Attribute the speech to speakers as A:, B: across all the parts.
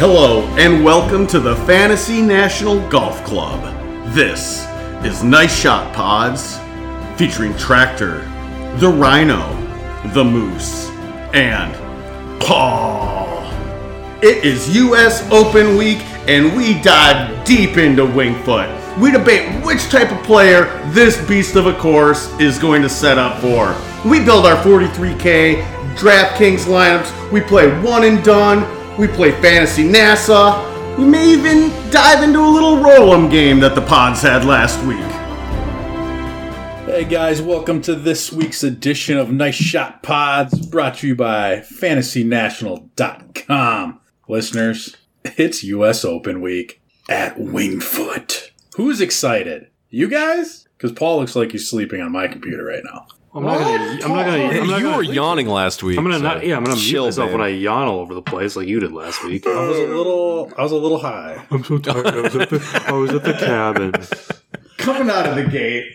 A: Hello, and welcome to the Fantasy National Golf Club. This is Nice Shot Pods, featuring Tractor, the Rhino, the Moose, and Paul. It is U.S. Open week, and we dive deep into Wingfoot. We debate which type of player this beast of a course is going to set up for. We build our 43K DraftKings lineups. We play one and done. We play fantasy NASA. We may even dive into a little roll'em game that the pods had last week.
B: Hey guys, welcome to this week's edition of Nice Shot Pods brought to you by fantasynational.com. Listeners, it's US Open week at Wingfoot. Who's excited? You guys? Because Paul looks like he's sleeping on my computer right now.
C: I'm not gonna. I'm not gonna. I'm not
D: you
C: gonna,
D: were yawning last week.
C: I'm gonna
D: so
C: not. Yeah, I'm gonna mute
D: chill,
C: myself
D: man.
C: when I yawn all over the place like you did last week.
B: I was a little I was a little high.
C: I'm so tired. I was at the, I was at the cabin.
A: Coming out of the gate.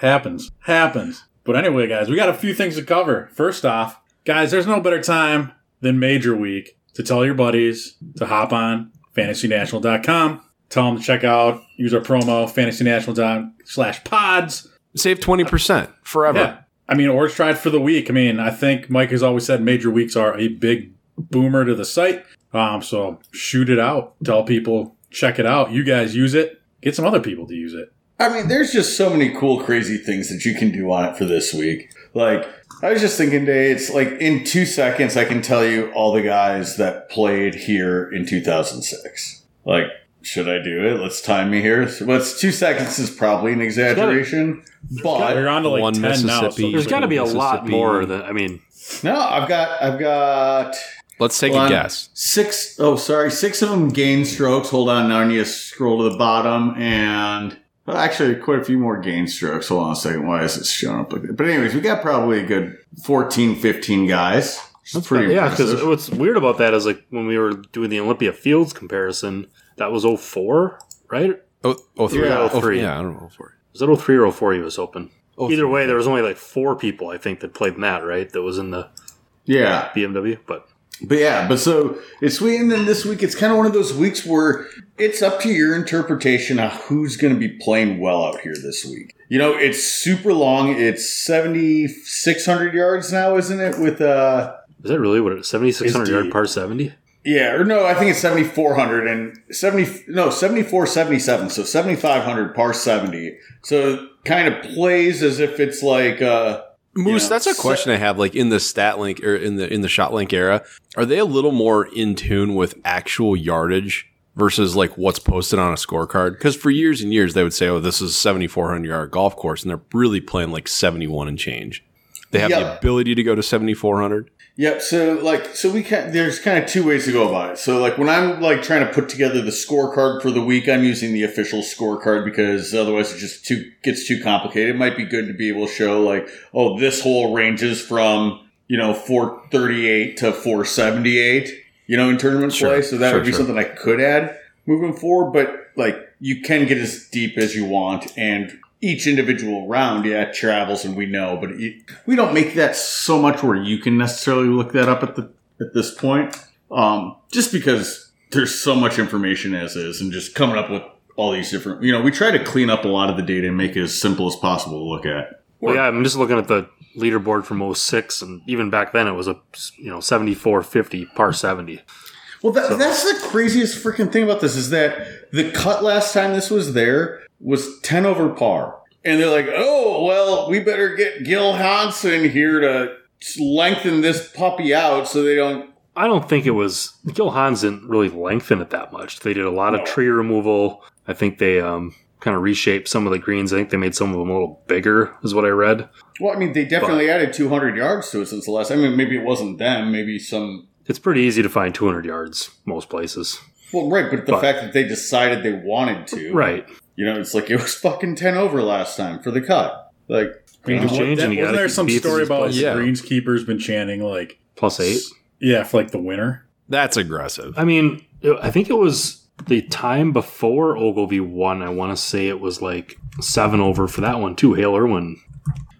B: Happens. Happens. But anyway, guys, we got a few things to cover. First off, guys, there's no better time than Major Week to tell your buddies to hop on fantasynational.com. Tell them to check out, use our promo, fantasynational.com slash pods.
D: Save twenty percent forever.
B: Yeah. I mean, Orange Tried for the week. I mean, I think Mike has always said major weeks are a big boomer to the site. Um, so shoot it out. Tell people, check it out. You guys use it. Get some other people to use it.
A: I mean, there's just so many cool, crazy things that you can do on it for this week. Like, I was just thinking, Day, it's like in two seconds, I can tell you all the guys that played here in 2006. Like, should I do it? Let's time me here. What's two seconds is probably an exaggeration,
B: You're
A: but
B: on to like
D: One
B: 10 now. So
D: Mississippi.
C: There's got to be a lot
D: Mississippi.
C: more than. I mean,
A: no, I've got, I've got
D: Let's take
A: Hold
D: a
A: on.
D: guess.
A: six oh sorry, six of them gain strokes. Hold on, now I need to scroll to the bottom and well, actually quite a few more gain strokes. Hold on a second. Why is it showing up like that? But anyways, we got probably a good 14, 15 guys. That's pretty
C: yeah. Because
A: impressive.
C: what's weird about that is like when we were doing the Olympia Fields comparison, that was 04, right?
D: Oh, oh three.
C: Yeah,
D: Oh,
C: oh three.
D: yeah, I don't know. Four.
C: Was it 03 or 04 U.S. Open?
D: Oh,
C: Either way, there was only like four people I think that played in that, right? That was in the
A: Yeah.
C: BMW, but
A: But yeah, but so it's sweet. And then this week, it's kind of one of those weeks where it's up to your interpretation of who's going to be playing well out here this week. You know, it's super long. It's 7,600 yards now, isn't it? With, uh,
C: is that really what it? 7600 yard
B: deep.
C: par 70.
A: Yeah, or no, I think it's 7,400 and 70, no, 74, 77. So 7,500 par 70. So kind of plays as if it's like, uh,
D: Moose,
A: Yeah.
D: that's a question I have. Like in the stat link or in the in the shot link era, are they a little more in tune with actual yardage versus like what's posted on a scorecard? Because for years and years they would say, "Oh, this is seventy four hundred yard golf course," and they're really playing like seventy one and change. They have
A: Yeah.
D: the ability to go to seventy four hundred.
A: Yep. So like, so we can. There's kind of two ways to go about it. So like, when I'm like trying to put together the scorecard for the week, I'm using the official scorecard because otherwise it just too gets too complicated. It might be good to be able to show like, oh, this hole ranges from you know 438 to 478. You know, in tournament
D: Sure,
A: play. So that
D: sure,
A: would be
D: sure.
A: something I could add moving forward. But like, you can get as deep as you want and. Each individual round, yeah, it travels, and we know, but e-, it, we don't make that so much where you can necessarily look that up at the at this point um, just because there's so much information as is and just coming up with all these different you know we try to clean up a lot of the data and make it as simple as possible to look at
C: Well, yeah, I'm just looking at the leaderboard from 06, and even back then it was a you know 74, 50, par 70.
A: well that, that's the craziest freaking thing about this is that the cut last time this was there was 10 over par and they're like oh well we better get gil Hansen here to lengthen this puppy out so they don't
C: I don't think it was Gil Hans didn't really lengthen it that much. They did a lot
A: No.
C: of tree removal. I think they um, kind of reshaped some of the greens. I think they made some of them a little bigger, is what I read.
A: well i mean they definitely added 200 yards to it since the last i mean maybe it wasn't them maybe some
C: It's pretty easy to find 200 yards most places,
A: Well, right, but the
C: But-
A: fact that they decided they wanted to,
C: right?
A: You know, it's like it was fucking ten over last time for the cut. Like, you
C: Greens
A: know,
C: change, and
B: Wasn't
C: you gotta
B: there
C: keep
B: some
C: beats as
B: story
C: you
B: about
C: play.
D: Yeah.
B: greenskeeper's been chanting like
C: plus eight?
B: Yeah, for like the winner.
D: That's aggressive.
C: I mean, I think it was the time before Ogilvy won. I want to say it was like seven over for that one too. Hale Irwin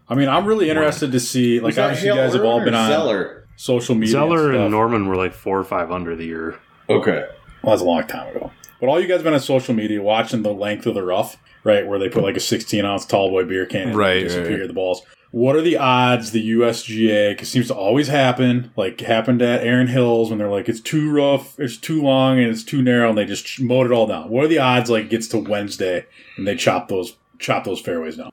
B: I mean, I'm really interested to see. Like,
A: was that
B: obviously, you
A: Hale
B: guys have all
A: Irwin
B: been
A: or
B: on.
A: Zeller?
B: social media.
C: Zeller
B: stuff.
C: and Norman were like four or five under the year.
A: Okay.
B: Well, that's a long time ago. But all you guys been on social media watching the length of the rough, right? Where they put like a 16 ounce tall boy beer can and
D: Right,
B: disappear
D: right, right.
B: the balls. What are the odds the USGA, because seems to always happen, like happened at Aaron Hills when they're like, it's too rough, it's too long, and it's too narrow, and they just mowed it all down. What are the odds like it gets to Wednesday and they chop those chop those fairways down?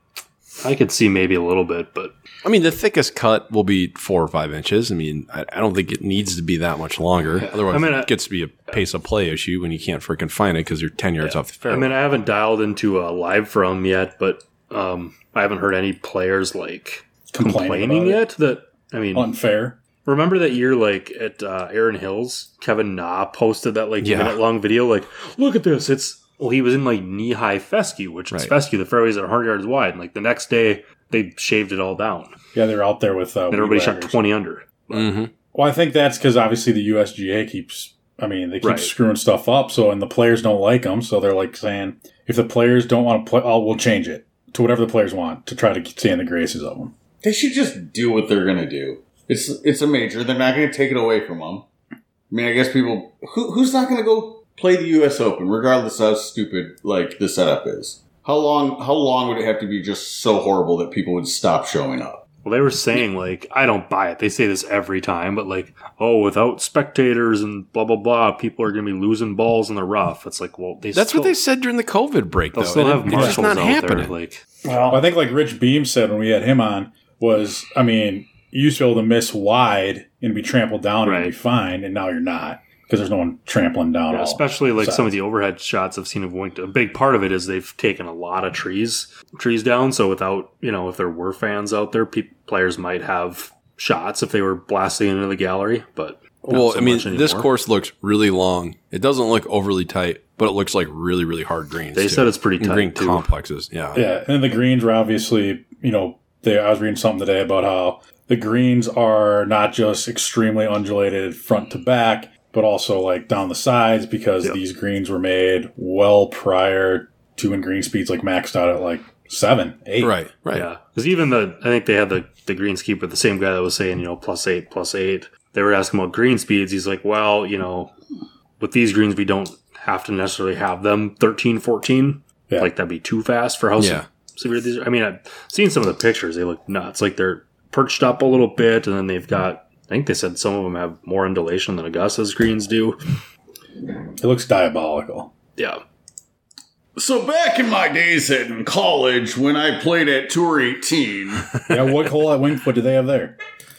C: I could see maybe a little bit, but
D: I mean, the thickest cut will be four or five inches. I mean, I, I don't think it needs to be that much longer. Otherwise,
C: I mean, I-
D: it gets to be a pace of play issue when you can't freaking find it because you're 10 yards off the fairway.
C: I mean, I haven't dialed into uh, live from yet, but um, I haven't heard any players like complaining
B: about it.
C: yet. That I mean,
B: Unfair.
C: remember that year like at uh, Aaron Hills, Kevin Na posted that like
D: Yeah.
C: minute long video, like, look at this, it's well, he was in like knee high fescue, which is
D: Right.
C: fescue. The fairways are 100 yards wide, and like the next day they shaved it all down,
B: Yeah, they're out there with uh,
C: and everybody
B: weed
C: shot
B: whackers.
C: 20 under.
D: Mhm.
B: Well, I think that's because obviously the USGA keeps. I mean, they keep
C: Right.
B: screwing stuff up. So, and the players don't like them. So they're like saying, if the players don't want to play, oh, we'll change it to whatever the players want to try to stay in the graces of them.
A: They should just do what they're gonna do. It's it's a major. They're not gonna take it away from them. I mean, I guess people who who's not gonna go play the U.S. Open, regardless of how stupid like the setup is. How long how long would it have to be just so horrible that people would stop showing up?
C: Well, they were saying like I don't buy it. They say this every time, but like oh, without spectators and blah blah blah, people are going to be losing balls in the rough. It's like well, they
D: That's
C: still,
D: what they said during the COVID break,
C: They'll
D: though.
C: still
D: and
C: have
D: it- it's
C: marshals
D: just not
C: out
D: happening.
C: there. Like
B: Well, I think like Rich Beam said when we had him on was, I mean, you used to be able to miss wide and be trampled down and be
C: Right.
B: fine, and now you're not because there's no one trampling down.
C: yeah,
B: all.
C: especially like
B: sides.
C: some of the overhead shots I've seen of Winked. A big part of it is they've taken a lot of trees trees down. So without you know, if there were fans out there, pe- players might have shots if they were blasting into the gallery. But not
D: Well,
C: so
D: I mean,
C: much
D: this
C: anymore.
D: course looks really long. It doesn't look overly tight, but it looks like really, really hard greens.
C: they
D: too.
C: said it's pretty tight
D: green
C: too.
D: complexes. Yeah.
B: Yeah, and the greens are obviously, you know, they, I was reading something today about how the greens are not just extremely undulated front to back, but also like down the sides because
C: Yep.
B: these greens were made well prior to when green speeds like maxed out at like seven, eight.
D: Right. Right.
C: Yeah, because even the I think they had the the greenskeeper, the same guy that was saying you know plus eight, plus eight. They were asking about green speeds. He's like, well, you know, with these greens, we don't have to necessarily have them 13, 14.
B: Yeah.
C: Like that'd be too fast for how se-
D: Yeah.
C: severe these. Are. I mean, I've seen some of the pictures. They look nuts. Like they're perched up a little bit, and then they've got. I think they said some of them have more undulation than Augusta's greens do.
B: It looks diabolical.
C: Yeah,
A: So back in my days in college when I played at Tour 18.
B: Yeah, what hole at Wingfoot do they have there?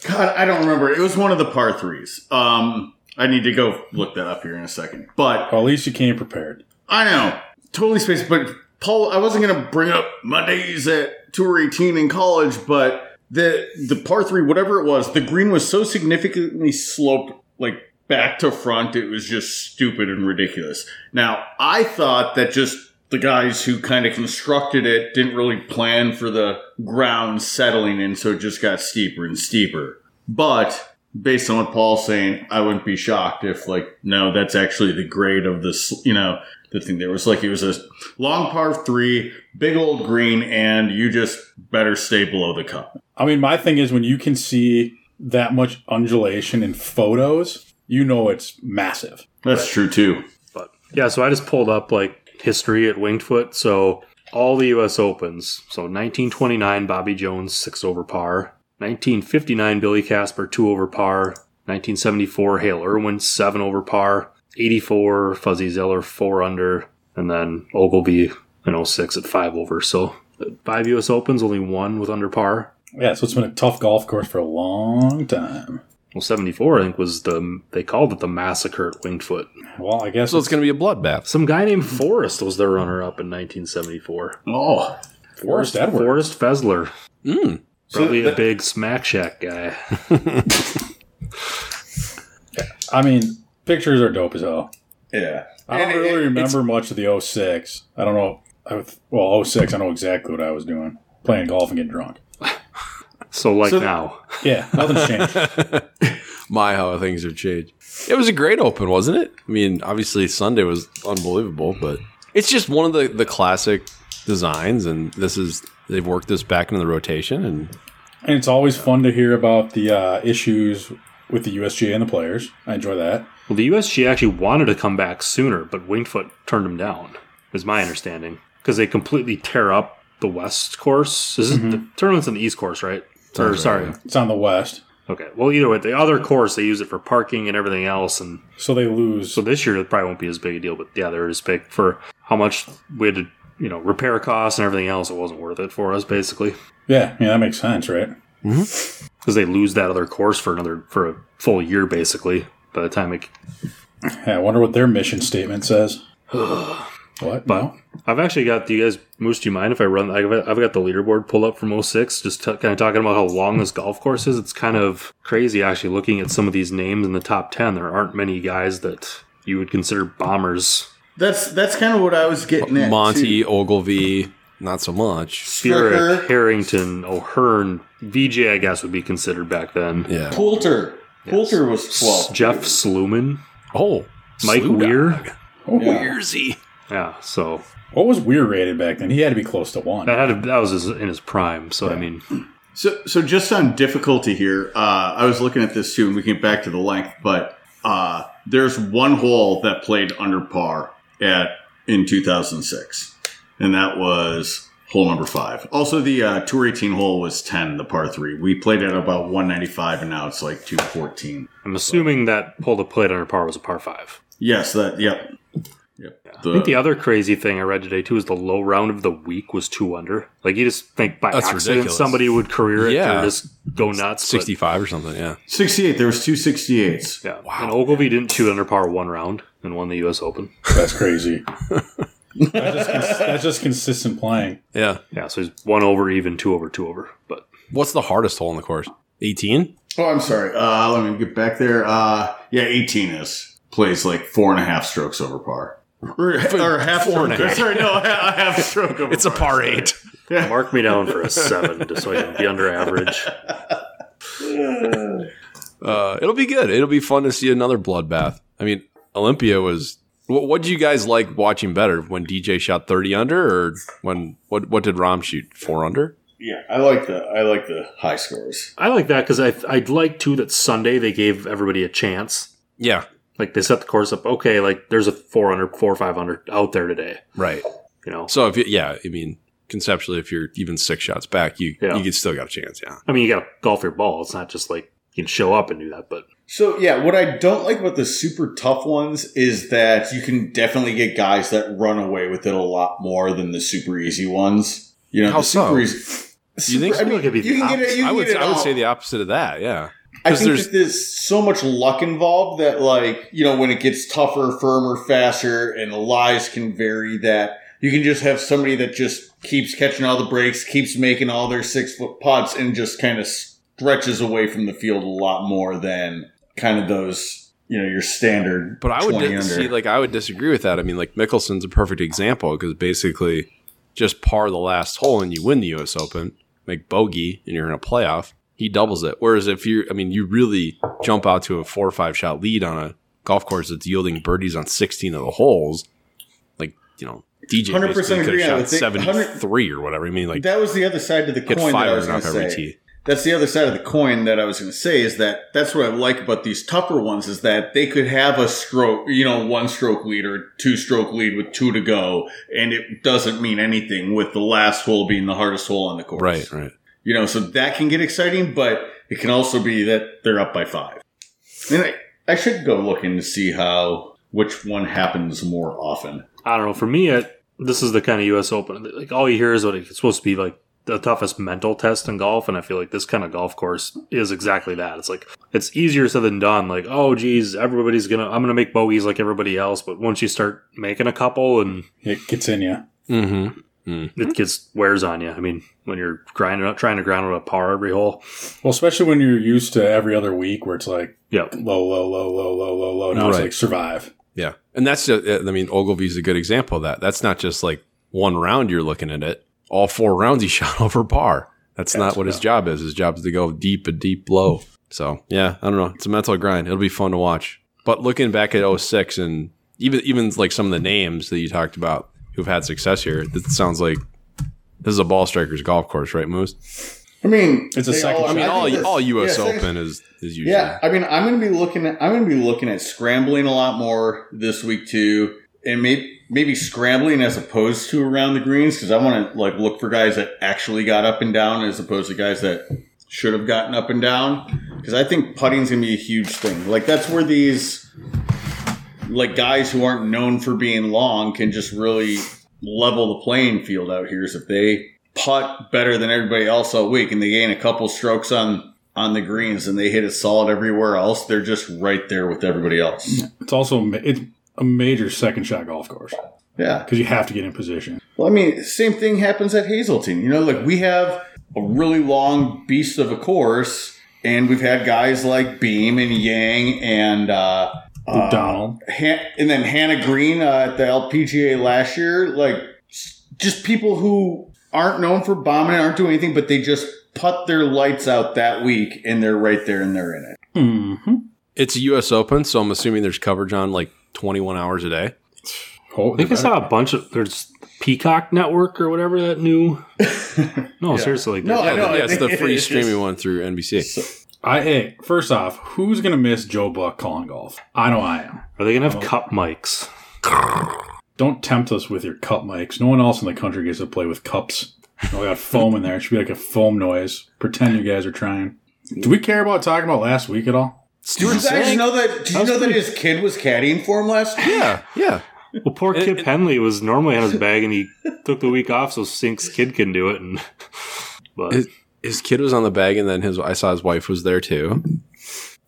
A: God, I don't remember. It was one of the par threes. Um, I need to go look that up here in a second. But
B: Well, at least you came prepared.
A: I know, totally spaced. But Paul, I wasn't gonna bring up my days at Tour 18 in college, but the the par three, whatever it was, the green was so significantly sloped, like back to front, it was just stupid and ridiculous. Now, I thought that just the guys who kind of constructed it didn't really plan for the ground settling in, so it just got steeper and steeper. But based on what Paul's saying, I wouldn't be shocked if, like, no, that's actually the grade of this, you know, the thing there was like it was a long par three, big old green, and you just better stay below the cup.
B: I mean, my thing is when you can see that much undulation in photos, you know it's massive.
A: That's true too.
C: But yeah, so I just pulled up like history at Winged Foot. So all the U.S. Opens. So 1929, Bobby Jones six over par. 1959, Billy Casper two over par. 1974, Hale Irwin seven over par. 84, Fuzzy Zeller four under, and then Ogilvy in 06 at five over. So five U.S. Opens, only one with under par.
B: Yeah, so it's been a tough golf course for a long time.
C: Well, 74, I think, was the they called it the massacre at Winged Foot.
B: Well, I guess
D: So it's going to be a bloodbath.
C: Some guy named Forrest was the runner-up in 1974.
A: Oh,
B: Forrest Edwards.
C: Forrest Fesler,
D: Mm.
C: probably
A: that-
C: a big Smack Shack guy.
B: I mean, pictures are dope as hell.
A: yeah.
B: I don't
A: And it-
B: really
A: it's-
B: remember much of the 06. I don't know. I was, well, 06, I know exactly what I was doing playing golf and getting drunk.
C: So like
A: So-
C: now,
B: Yeah, nothing's changed.
D: My, how things have changed. It was a great open, wasn't it? I mean, obviously Sunday was unbelievable, but it's just one of the, the classic designs, and this is they've worked this back into the rotation, and
B: and it's always fun to hear about the uh, issues with the USGA and the players. I enjoy that.
C: Well, the USG actually wanted to come back sooner, but Wingfoot turned him down, is my understanding. Because they completely tear up the West course. This is the tournament's on the East course, right? or,
D: Mm-hmm. right,
C: sorry.
D: yeah.
B: It's on the West,
C: Okay. Well, either way, the other course, they use it for parking and everything else. And
B: so they lose.
C: so this year, it probably won't be as big a deal. But yeah, they're just big for how much we had to, you know, repair costs and everything else. It wasn't worth it for us, basically.
B: yeah, yeah, that makes sense, right?
C: Because they lose that other course for another, for a full year, basically, by the time it
B: Yeah, I wonder what their mission statement says. what? No?
C: I've actually got do you guys. Moose, do you mind if I run? I've I've got the leaderboard pulled up from 06, just t- kind of talking about how long this golf course is. It's kind of crazy actually looking at some of these names in the top 10. There aren't many guys that you would consider bombers.
A: That's that's kind of what I was getting at.
D: Monty
A: too.
D: Ogilvy, not so much.
C: Furyk,
A: Stricker,
C: Harrington, O'Hearn, VJ, I guess, would be considered back then.
D: Yeah.
A: Poulter. Poulter was
C: S-
A: twelve.
C: Jeff Sluman,
D: Oh,
C: Mike
D: Sluda.
C: Weir.
B: Oh,
A: Yeah.
D: Weirzy.
C: Yeah, so
B: What was Weir rated back then? He had to be close to one.
C: that had a, that was his, in his prime. So I mean,
A: So, so just on difficulty here, uh, I was looking at this too, and we can get back to the length, but uh, there's one hole that played under par at in 2006, and that was hole number five. Also, the uh, Tour 18 hole was 10, the par three. We played at about 195, and now it's like 214.
C: I'm assuming that pulled a plate under par was a par five.
A: Yes, that. Yep. Yep.
C: I
D: Uh,
C: think the other crazy thing I read today too is the low round of the week was two under. Like you just think by
D: That's
C: accident
D: ridiculous.
C: somebody would career it
D: Yeah.
C: or just go nuts. but-
D: 65 or something, yeah.
A: 68. There was two 68s.
C: yeah. And Ogilvy didn't shoot under par one round and won the U.S. Open.
B: That's crazy. that's, just cons- that's just consistent playing.
D: Yeah.
C: Yeah, so he's one over even, two over, two over. But
D: What's the hardest hole in the course? 18?
A: Oh, I'm sorry. Uh, let me get back there. Uh, yeah, 18 is plays like four and a half strokes over par. Or, or half
D: Four
A: stroke.
D: and a half.
A: Sorry, no, a ha- a half stroke over
D: It's a par eight.
C: mark me down for a seven just so I can be under average.
D: Uh, it'll be good. It'll be fun to see another bloodbath. I mean, Olympia was. What what do you guys like watching better when DJ shot 30 under or when what what did Rom shoot 4 under?
A: Yeah, I like the I like the high scores.
C: I like that because I I'd like too that Sunday they gave everybody a chance.
D: Yeah.
C: Like they set the course up. Okay, like there's a four under, four or five under out there today.
D: Right.
C: You know,
D: So if you, yeah, I mean, conceptually if you're even 6 shots back, you
C: Yeah.
D: you could still got a chance, yeah.
C: I mean, you got to golf your ball. It's not just like you can show up and do that, but.
A: So yeah, what I don't like about the super tough ones is that you can definitely get guys that run away with it a lot more than the super easy ones. You know,
D: How
A: the super
D: so?
A: easy.
C: You think so? It could be
A: you can
C: the
A: get it? You can
D: I would
A: get it
D: I would
A: all.
D: say the opposite of that, yeah.
A: I
D: 'Cause
A: think
D: there's-
A: that there's so much luck involved that, like, you know, when it gets tougher, firmer, faster, and the lies can vary, that you can just have somebody that just keeps catching all the breaks, keeps making all their six foot putts, and just kind of stretches away from the field a lot more than kind of those, you know, your standard.
D: But I would
A: 20
D: dis-
A: under.
D: see, like, I would disagree with that. I mean, like, Mickelson's a perfect example because basically, just par the last hole and you win the U.S. Open, make bogey, and you're in a playoff. He doubles it. Whereas if you, I mean, you really jump out to a four or five shot lead on a golf course that's yielding birdies on 16 of the holes, like, you know, DJ
A: 100%
D: basically could
A: agree on
D: have
A: the
D: shot
A: thing.
D: 73 or whatever. I mean, like,
A: that was the other side to the
D: get
A: coin that I
D: fired
A: was going
D: off
A: to
D: every
A: say.
D: tee.
A: that's the other side of the coin that I was going to say is that that's what I like about these tougher ones is that they could have a stroke, you know, one stroke lead or two stroke lead with two to go, and it doesn't mean anything with the last hole being the hardest hole on the course.
D: Right, right.
A: You know, so that can get exciting, but it can also be that they're up by five. And I, I should go looking to see how which one happens more often.
C: I don't know. For me, it, this is the kind of U.S. Open. Like all you hear is what it's supposed to be like the toughest mental test in golf, and I feel like this kind of golf course is exactly that. It's like it's easier said than done. Like oh geez, everybody's gonna I'm gonna make bogeys like everybody else, but once you start making a couple and
B: It gets in you.
D: Mm-hmm.
A: Hmm.
C: it gets wears on you. I mean, when you're grinding up trying to ground out a par every hole.
B: Well, especially when you're used to every other week where it's like
C: Yep.
B: low, low, low, low, low, low, low. Now it's
D: Right.
B: like survive.
D: Yeah, and that's just, I mean Ogilvy's a good example of that. That's not just like one round you're looking at it. All four rounds he shot over par. That's not what his job is. His job is to go deep and deep low. So yeah, I don't know. It's a mental grind. It'll be fun to watch. But looking back at 06 and even even like some of the names that you talked about who've had success here, this sounds like this is a ball striker's golf course, right, Moose?
A: I mean,
B: It's a
A: they
B: second
A: all-
D: I mean,
A: think
D: all
A: this-
D: all U.S.
A: yeah,
D: Open is is usually
A: Yeah, I mean, I'm going to be looking at I'm going to be looking at scrambling a lot more this week too, and maybe maybe scrambling as opposed to around the greens because I want to like look for guys that actually got up and down as opposed to guys that should have gotten up and down because I think putting's going to be a huge thing. Like that's where these like guys who aren't known for being long can just really level the playing field out here is if they putt better than everybody else all week and they gain a couple strokes on on the greens and they hit it solid everywhere else they're just right there with everybody else
B: It's also a ma- it's a major second shot golf course
A: yeah
B: because you have to get in position.
A: well i mean same thing happens at hazeltine you know like we have a really long beast of a course and we've had guys like beam and yang and uh, uh
B: Donald,
A: Han- and then Hannah Green uh, at the LPGA last year, like s- just people who aren't known for bombing, and aren't doing anything, but they just put their lights out that week, and they're right there and they're in it.
B: mm-hmm.
D: it's a U.S. Open, so I'm assuming there's coverage on like 21 hours a day.
B: oh,
C: I think I saw a bunch of there's Peacock Network or whatever that new. No, seriously, like,
A: No, I know.
D: yeah, it's the free
A: It's
D: streaming
A: just-
D: one through NBC.
B: I hey, first off, who's gonna miss Joe Buck calling golf? I know I am.
C: are they gonna have cup mics?
B: Don't tempt us with your cup mics. No one else in the country gets to play with cups. Oh, we got foam in there. It should be like a foam noise. Pretend you guys are trying. Do we care about talking about last week at all?
A: Did
D: Stuart
A: you guys
D: Sink.
A: know that? Did you know that his kid was caddying for him last week?
D: Yeah, yeah.
C: Well, poor
D: It-
C: Kip
D: it-
C: Henley was normally on his bag, and he took the week off so Sink's kid can do it. And but
D: It- His kid was on the bag, and then his I saw his wife was there too.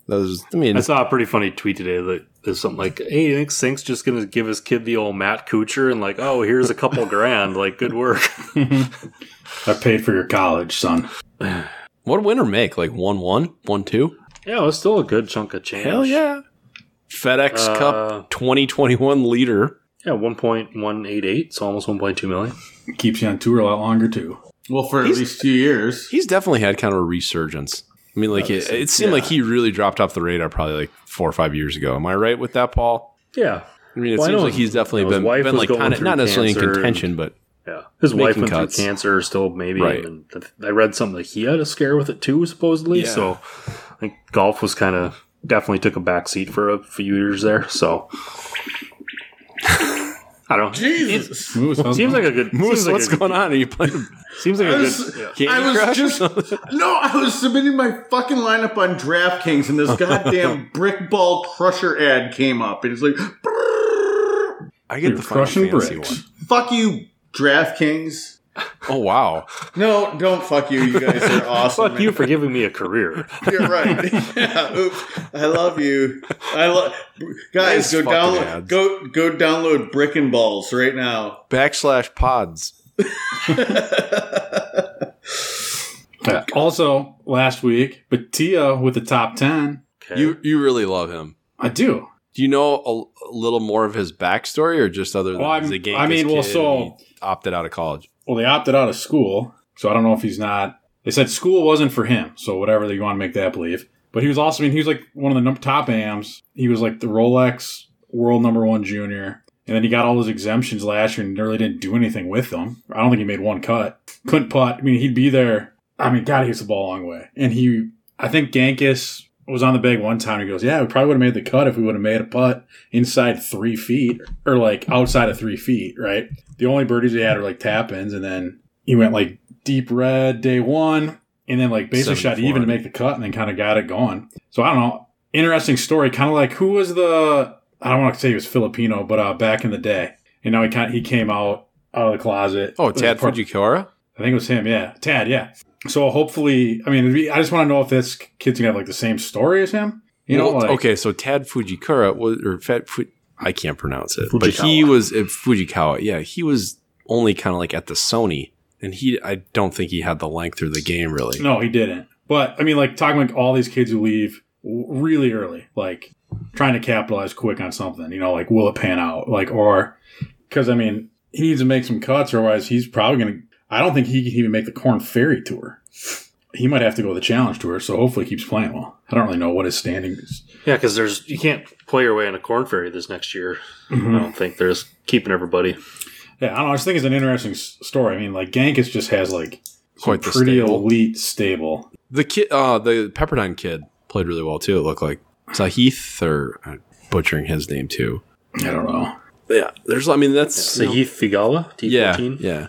D: That was, I mean,
C: I saw a pretty funny tweet today that is something like, "Hey, you think Sink's just gonna give his kid the old Matt Kuchar and like, oh, here's a couple grand, like, good work."
B: I paid for your college, son.
D: what did winner make? Like one one, one two?
C: Yeah, it was still a good chunk of change.
D: Hell yeah. FedEx
C: Uh,
D: Cup 2021 leader.
C: yeah, one point one eight eight, so almost one point two million.
B: Keeps you on tour a lot longer too.
A: Well, for at least two years.
D: He's definitely had kind of a resurgence. I mean, like it, it seemed like he really dropped off the radar probably like four or five years ago. Am I right with that, Paul?
C: Yeah,
D: I mean, it
C: Well, I
D: seems
C: know
D: like he's definitely
C: you know, his
D: been,
C: wife
D: been
C: was
D: like
C: going
D: kind of
C: through
D: not necessarily in
C: cancer and-
D: contention, but
C: Yeah, his wife
D: Making
C: went
D: cuts.
C: through cancer, still maybe.
D: Right.
C: And th- I read something like he had a scare with it too, supposedly.
D: Yeah.
C: So I think golf was kind of definitely took a back seat for a few years there. So I don't.
A: Jesus,
B: Moose, how's-
C: Seems like a good.
D: Moose,
C: seems like
D: what's
C: a good-
D: going on? Are you playing?
C: Seems like a
A: I was-
C: good. yeah.
A: I
D: Candy
A: was
D: Crush?
A: just no, I was submitting my fucking lineup on DraftKings, and this goddamn brick ball crusher ad came up, and it's like, "Brrrr."
D: I get
B: you're
D: the Final
B: crushing
D: Fantasy
B: bricks.
D: one.
A: fuck you, DraftKings.
D: Oh wow!
A: No, don't fuck you. You guys are awesome.
C: Fuck you for giving me a career.
A: You're right. Yeah, oops. I love you. I love
D: Nice
A: guys. go
D: fucking
A: download.
D: ads.
A: Go go download Brick and Balls right now.
D: Backslash pods.
B: Yeah. Also, last week, Batia with the top ten.
C: Okay.
D: You you really love him.
B: I do.
D: Do you know a, a little more of his backstory, or just other than
B: Well, I'm-
D: he's a Genghis
B: I mean, well,
D: kid
B: so-
D: and he opted out of college.
B: Well, they opted out of school, so I don't know if he's not. They said school wasn't for him, so whatever you want to make that believe. But he was also, I mean, he was like one of the num- top AMs. He was like the Rolex world number one junior. And then he got all those exemptions last year and really didn't do anything with them. I don't think he made one cut. Couldn't putt. I mean, he'd be there. I mean, God, he hits the ball a long way. And he, I think Gankis was on the bag one time. He goes, Yeah, we probably would have made the cut if we would have made a putt inside three feet or like outside of three feet, right? the only birdies he had were like tap ins, and then he went like deep red day one, and then like basically shot
D: 74.
B: even to make the cut, and then kind of got it going. So I don't know. Interesting story. Kind of like who was the I don't want to say he was Filipino, but uh, back in the day, you know, he kind of, he came out out of the closet.
D: Oh, Tad
B: Part-
D: Fujikora.
B: I think it was him. Yeah, Tad. Yeah. So hopefully, I mean, it'd be, I just want to know if this kid's gonna have like the same story as him. You know,
D: Well,
B: like,
D: okay, so Tad Fujikura was or Fat Fu, I can't pronounce it, but
C: Fujikawa.
D: he was at Fujikawa. Yeah, he was only kind of like at the Sony, and he I don't think he had the length or the game really.
B: No, he didn't. But I mean, like talking like all these kids who leave w- really early, like trying to capitalize quick on something. You know, like will it pan out? Like or because I mean, he needs to make some cuts, or otherwise he's probably gonna. I don't think he can even make the Corn Ferry tour. He might have to go to the Challenge tour. So hopefully, he keeps playing well. I don't really know what his standing is.
C: yeah, because there's you can't play your way in a corn fairy this next year.
D: Mm-hmm.
C: I don't think there's keeping everybody.
B: Yeah, I don't know. I just think it's an interesting s- story. I mean, like Gankis just has like
D: quite the
B: pretty
D: stable.
B: elite stable.
D: The kid, uh, the Pepperdine kid played really well too. It looked like Sahith or I'm butchering his name too.
B: I don't know.
D: Yeah, there's. I mean, that's you know-
C: Sayif Figala, T
D: yeah,
C: fourteen.
D: yeah.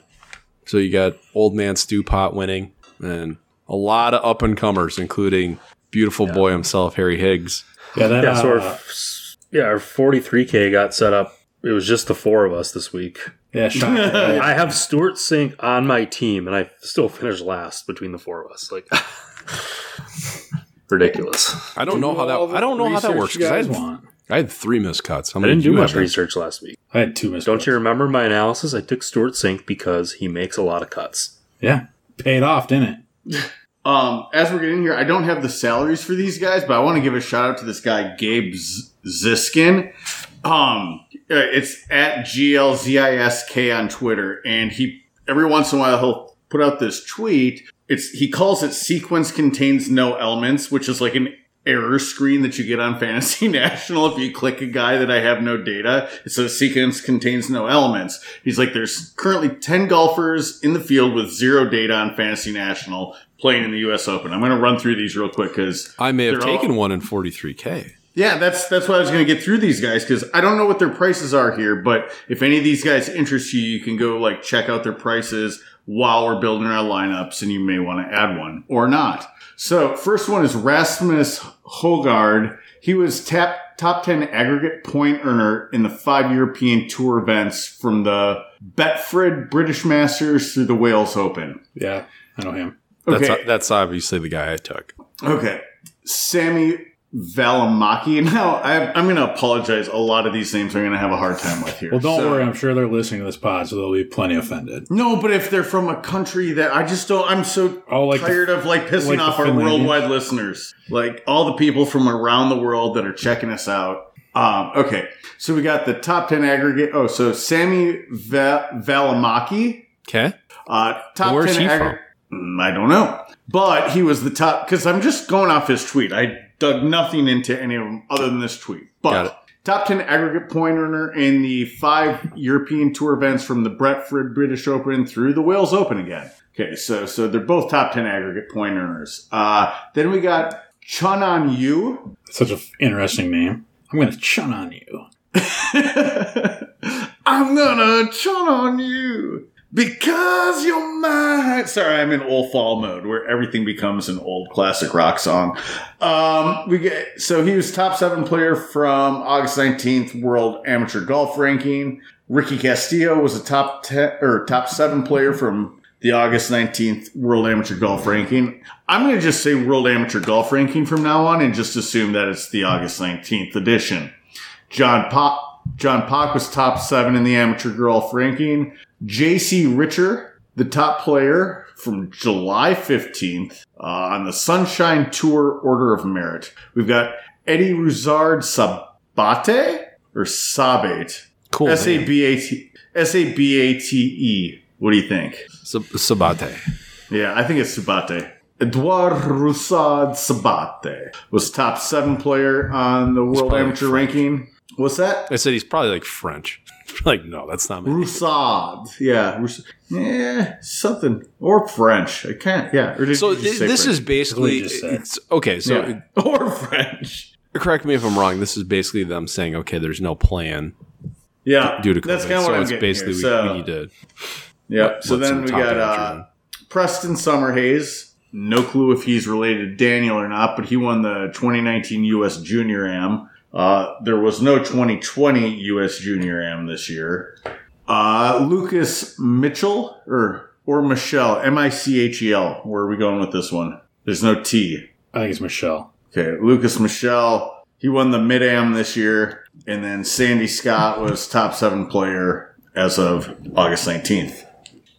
D: So you got old man Stew Pot winning, and a lot of up and comers, including beautiful boy himself, Harry Higgs.
B: Yeah, that.
C: Yeah, so our,
B: uh,
C: f- yeah, our 43K got set up. It was just the four of us this week.
B: yeah, uh, shocker.
C: I have Stuart Sink on my team, and I still finished last between the four of us. Like, ridiculous.
D: I don't know how
B: All
D: that.
B: the
D: I don't know how that
B: research
D: works
B: you
D: because I,
B: guys
D: had-
B: want.
D: I had three missed cuts. How
C: I
D: many
C: didn't
D: did you
C: do much
D: have?
C: research last week.
B: I had two missed.
C: Don't
B: votes.
C: you remember my analysis? I took Stuart Sink because he makes a lot of cuts.
B: Yeah, paid off, didn't it?
A: Um, as we're getting here, I don't have the salaries for these guys, but I want to give a shout out to this guy, Gabe Z- Ziskin. Um, uh, it's at glzisk on Twitter, and he every once in a while he'll put out this tweet. It's he calls it "sequence contains no elements," which is like an error screen that you get on Fantasy National if you click a guy that I have no data. It says "sequence contains no elements." He's like, "There's currently ten golfers in the field with zero data on Fantasy National." Playing in the U.S. Open, I'm going to run through these real quick because
D: I may have
A: They're all-
D: taken one in 43k.
A: yeah, that's that's why I was going to get through these guys because I don't know what their prices are here. But if any of these guys interest you, you can go like check out their prices while we're building our lineups, and you may want to add one or not. So first one is Rasmus Hogard. He was tap, top ten aggregate point earner in the five European Tour events from the Betfred British Masters through the Wales Open.
B: Yeah, I know him.
D: That's that's obviously the guy I took.
A: Okay. Sammy Valimaki. Now, I, I'm going to apologize. A lot of these names I'm going to have a hard time with here.
B: Well, don't
A: So-
B: worry. I'm sure they're listening to this pod, so they'll be plenty offended.
A: No, but if they're from a country that I just don't, I'm so
B: Oh, like the-
A: tired of like pissing
B: like the
A: off our
B: Finlandians?
A: worldwide listeners. Like all the people from around the world that are checking us out. Um, okay. So we got the top 10 aggregate. Oh, so Sammy Va- Valimaki.
D: Okay,
A: Uh, top
D: Where's
A: 10
D: he
A: aggregate- Mm, I don't know. But he was the top, because I'm just going off his tweet. I dug nothing into any of them other than this tweet.
D: Got it.
A: But top 10 aggregate point earner in the five European tour events from the Brentford British Open through the Wales Open again. Okay, so so they're both top 10 aggregate point earners. Uh, then we got Chun On Yu.
B: Such an interesting name. I'm gonna chun on you.
A: I'm gonna chun on you because you're mine. Sorry, I'm in old fall mode where everything becomes an old classic rock song. Um, we get so he was top seven player from August 19th World Amateur Golf Ranking. Ricky Castillo was a top ten or top seven player from the August 19th World Amateur Golf Ranking. I'm gonna just say World Amateur Golf Ranking from now on and just assume that it's the August 19th edition. John Pop John Pock was top seven in the amateur golf ranking. JC Richer, the top player from July 15th uh, on the Sunshine Tour Order of Merit. We've got Eddie Ruzard Sabate or Sabate.
D: cool.
A: S A
D: name.
A: B A T S A B A T E. What do you think?
D: Sab- Sabate.
A: Yeah, I think it's Sabate. Edouard Roussard Sabate was top seven player on the world
D: probably
A: amateur ranking. What's that?
D: I said he's probably like French. like, no, that's not me.
A: Roussard. Yeah. Rous- Yeah, something. Or French. I can't. Yeah. Or did
D: So
A: you just
D: th-
A: say
D: this
A: French?
D: is basically
B: That's what you
D: it's, okay. So
A: Yeah. Or French.
D: correct me if I'm wrong. This is basically them saying, okay, there's no plan
A: Yeah.
D: due to COVID.
A: That's kind of
D: so
A: what I'm
D: it's
A: getting
D: basically we,
A: here. So,
D: we need to.
A: Yep. So
D: what's in
A: then
D: the
A: we
D: top
A: got
D: manager
A: uh, Preston Summerhays. No clue if he's related to Daniel or not, but he won the 2019 U.S. Junior Am. Uh, there was no 2020 U.S. Junior Am this year. Uh, Lucas Mitchell or or Michelle M I C H E L. Where are we going with this one? There's no T.
B: I think it's Michelle.
A: Okay, Lucas Michelle, he won the mid am this year, and then Sandy Scott was top seven player as of August nineteenth.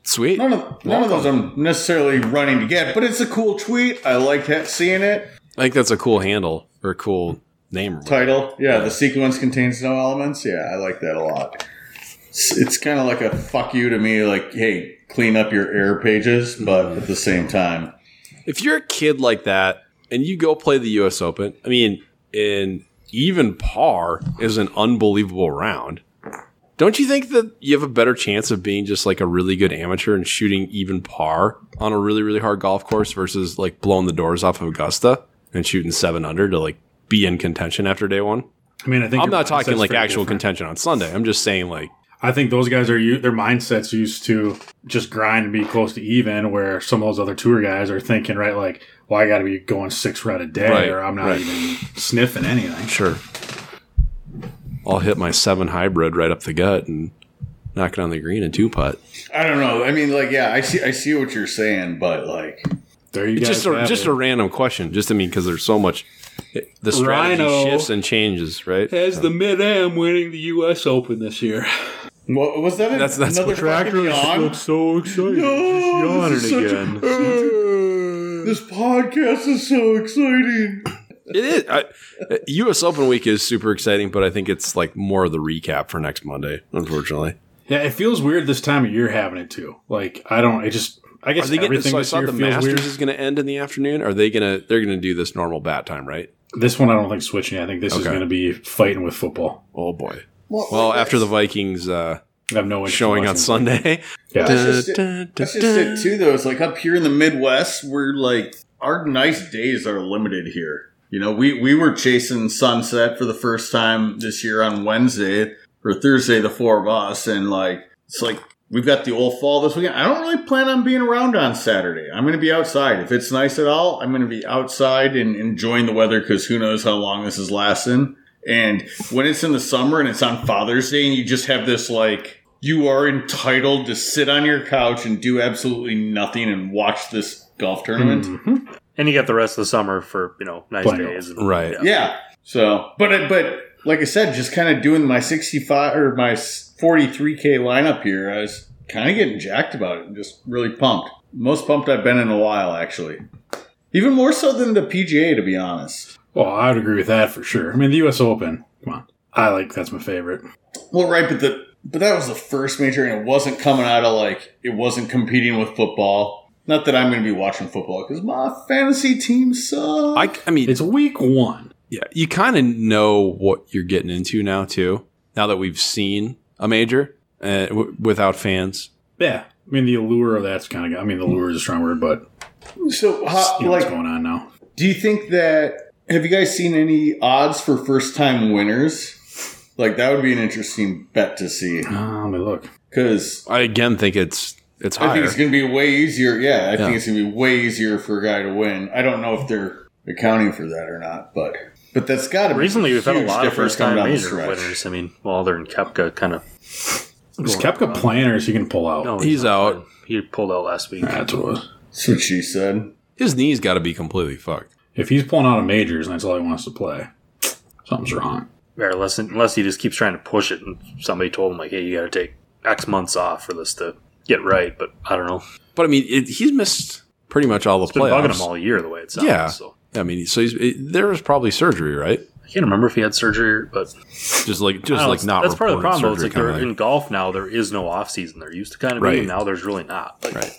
D: Sweet.
A: None of none of those I'm necessarily running to get, but it's a cool tweet. I like that- seeing it.
D: I think that's a cool handle or a cool name. or whatever.
A: Title, yeah, the sequence contains no elements. Yeah, I like that a lot. It's, it's kind of like a fuck you to me, like hey, clean up your error pages, but at the same time,
D: If you're a kid like that and you go play the U.S. Open, I mean, and even par is an unbelievable round. Don't you think that you have a better chance of being just like a really good amateur and shooting even par on a really, really hard golf course versus like blowing the doors off of Augusta and shooting seven under to like be in contention after day one?
B: I mean, I think
D: I'm
B: your
D: not talking
B: mindset's
D: like
B: pretty
D: actual
B: different.
D: contention on Sunday. I'm just saying like
B: I think those guys are u- their mindsets used to just grind and be close to even. Where some of those other tour guys are thinking, right, like, well, I got to be going six round a day,
D: Right,
B: or I'm not
D: right.
B: even sniffing anything.
D: sure. I'll hit my seven hybrid right up the gut and knock it on the green and two putt.
A: I don't know. I mean, like, yeah, I see, I see what you're saying, but like,
B: There you
D: It's
B: guys
D: just a,
B: have
D: just
B: it.
D: a random question. Just I mean because there's so much the strategy
B: Rhino.
D: shifts and changes, right?
C: As the Mid Am winning the U.S. Open this year.
A: what was that?
D: That's- that's
A: another
D: what-
A: fucking yawn?
C: so excited.
A: No,
C: He's
A: this is such a-
C: yawning again.
A: this podcast is so exciting.
D: It is. I, uh, U.S. Open week is super exciting, but I think it's like more of the recap for next Monday. Unfortunately,
B: yeah. It feels weird this time of year having it too. Like I don't. It just I guess everything
D: So I
B: this
D: saw
B: year
D: the
B: feels
D: Masters
B: weird.
D: is going to end in the afternoon. Are they going to? They're going to do this normal bat time, right?
B: This one I don't think switching. I think this is
D: Okay.
B: going to be fighting with football.
D: Oh boy. Well, after the Vikings uh,
B: I have no interest in
D: showing on
B: watching.
D: Sunday,
B: Yeah.
A: That's just it. That's just it too, though. It's like up here in the Midwest, we're like our nice days are limited here. You know, we we were chasing sunset for the first time this year on Wednesday or Thursday, the four of us, and like it's like we've got the old fall this weekend. I don't really plan on being around on Saturday. I'm going to be outside if it's nice at all. I'm going to be outside and enjoying the weather because who knows how long this is lasting. And when it's in the summer and it's on Father's Day and you just have this like you are entitled to sit on your couch and do absolutely nothing and watch this golf tournament.
B: Mhm.
C: And you got the rest of the summer for, you know, nice
B: Playoffs.
C: days. and-
D: Right.
C: Yeah.
A: Yeah. So, but it- but like I said, just kind of doing my 65 or my 43k lineup here, I was kind of getting jacked about it and just really pumped. Most pumped I've been in a while actually. Even more so than the PGA to be honest.
B: Well, I would agree with that for sure. I mean, the U.S. Open. Come on. I like that's my favorite.
A: Well, right, but the but that was the first major and it wasn't coming out of like it wasn't competing with football. Not that I'm going to be watching football because my fantasy team sucks.
D: I, I mean,
B: It's week one.
D: yeah, you kind of know what you're getting into now too. Now that we've seen a major uh, w- without fans,
B: Yeah. I mean, the allure of that's kind of, I mean, the allure is a strong word, but
A: so how,
B: you know what's
A: Uh, like
B: going on now.
A: Do you think that have you guys seen any odds for first time winners? Like that would be an interesting bet to see
B: Uh,
D: Um,
B: let me look.
A: because
D: I again think it's it's higher.
A: I think it's going to be way easier. Yeah, I
D: Yeah.
A: think it's going to be way easier for a guy to win. I don't know if they're accounting for that or not, but but that's got to be
C: Recently, we've had a
A: huge
C: lot of
A: difference
C: first time
A: coming down the
C: major
A: stretch.
C: winners. I mean, Wilder and Kepka kind of.
B: Is Kepka playing or is he going to pull out?
C: No,
D: He's
C: not
D: out.
C: playing. He pulled out last week.
B: That's what it was.
A: That's what she said.
D: His knees got to be completely fucked.
B: If he's pulling out of majors and that's all he wants to play, something's wrong.
C: Or unless, unless he just keeps trying to push it and somebody told him, like, hey, you got to take X months off for this to get right. But I don't know.
D: But I mean, it, he's missed pretty much all the
C: It's been bugging him
D: playoffs.
C: all year the way it sounds.
D: Yeah.
C: So.
D: I mean, so he's it, there was probably surgery, right?
C: I can't remember if he had surgery, but
D: Just like
C: I
D: just
C: don't
D: like
C: know,
D: not.
C: that's part of the
D: reported
C: problem. Though. It's
D: surgery
C: like they're
D: kinda
C: in golf now. There is no off season. There used to kind of be,
D: Right.
C: and now there's really not. Like,
D: Right.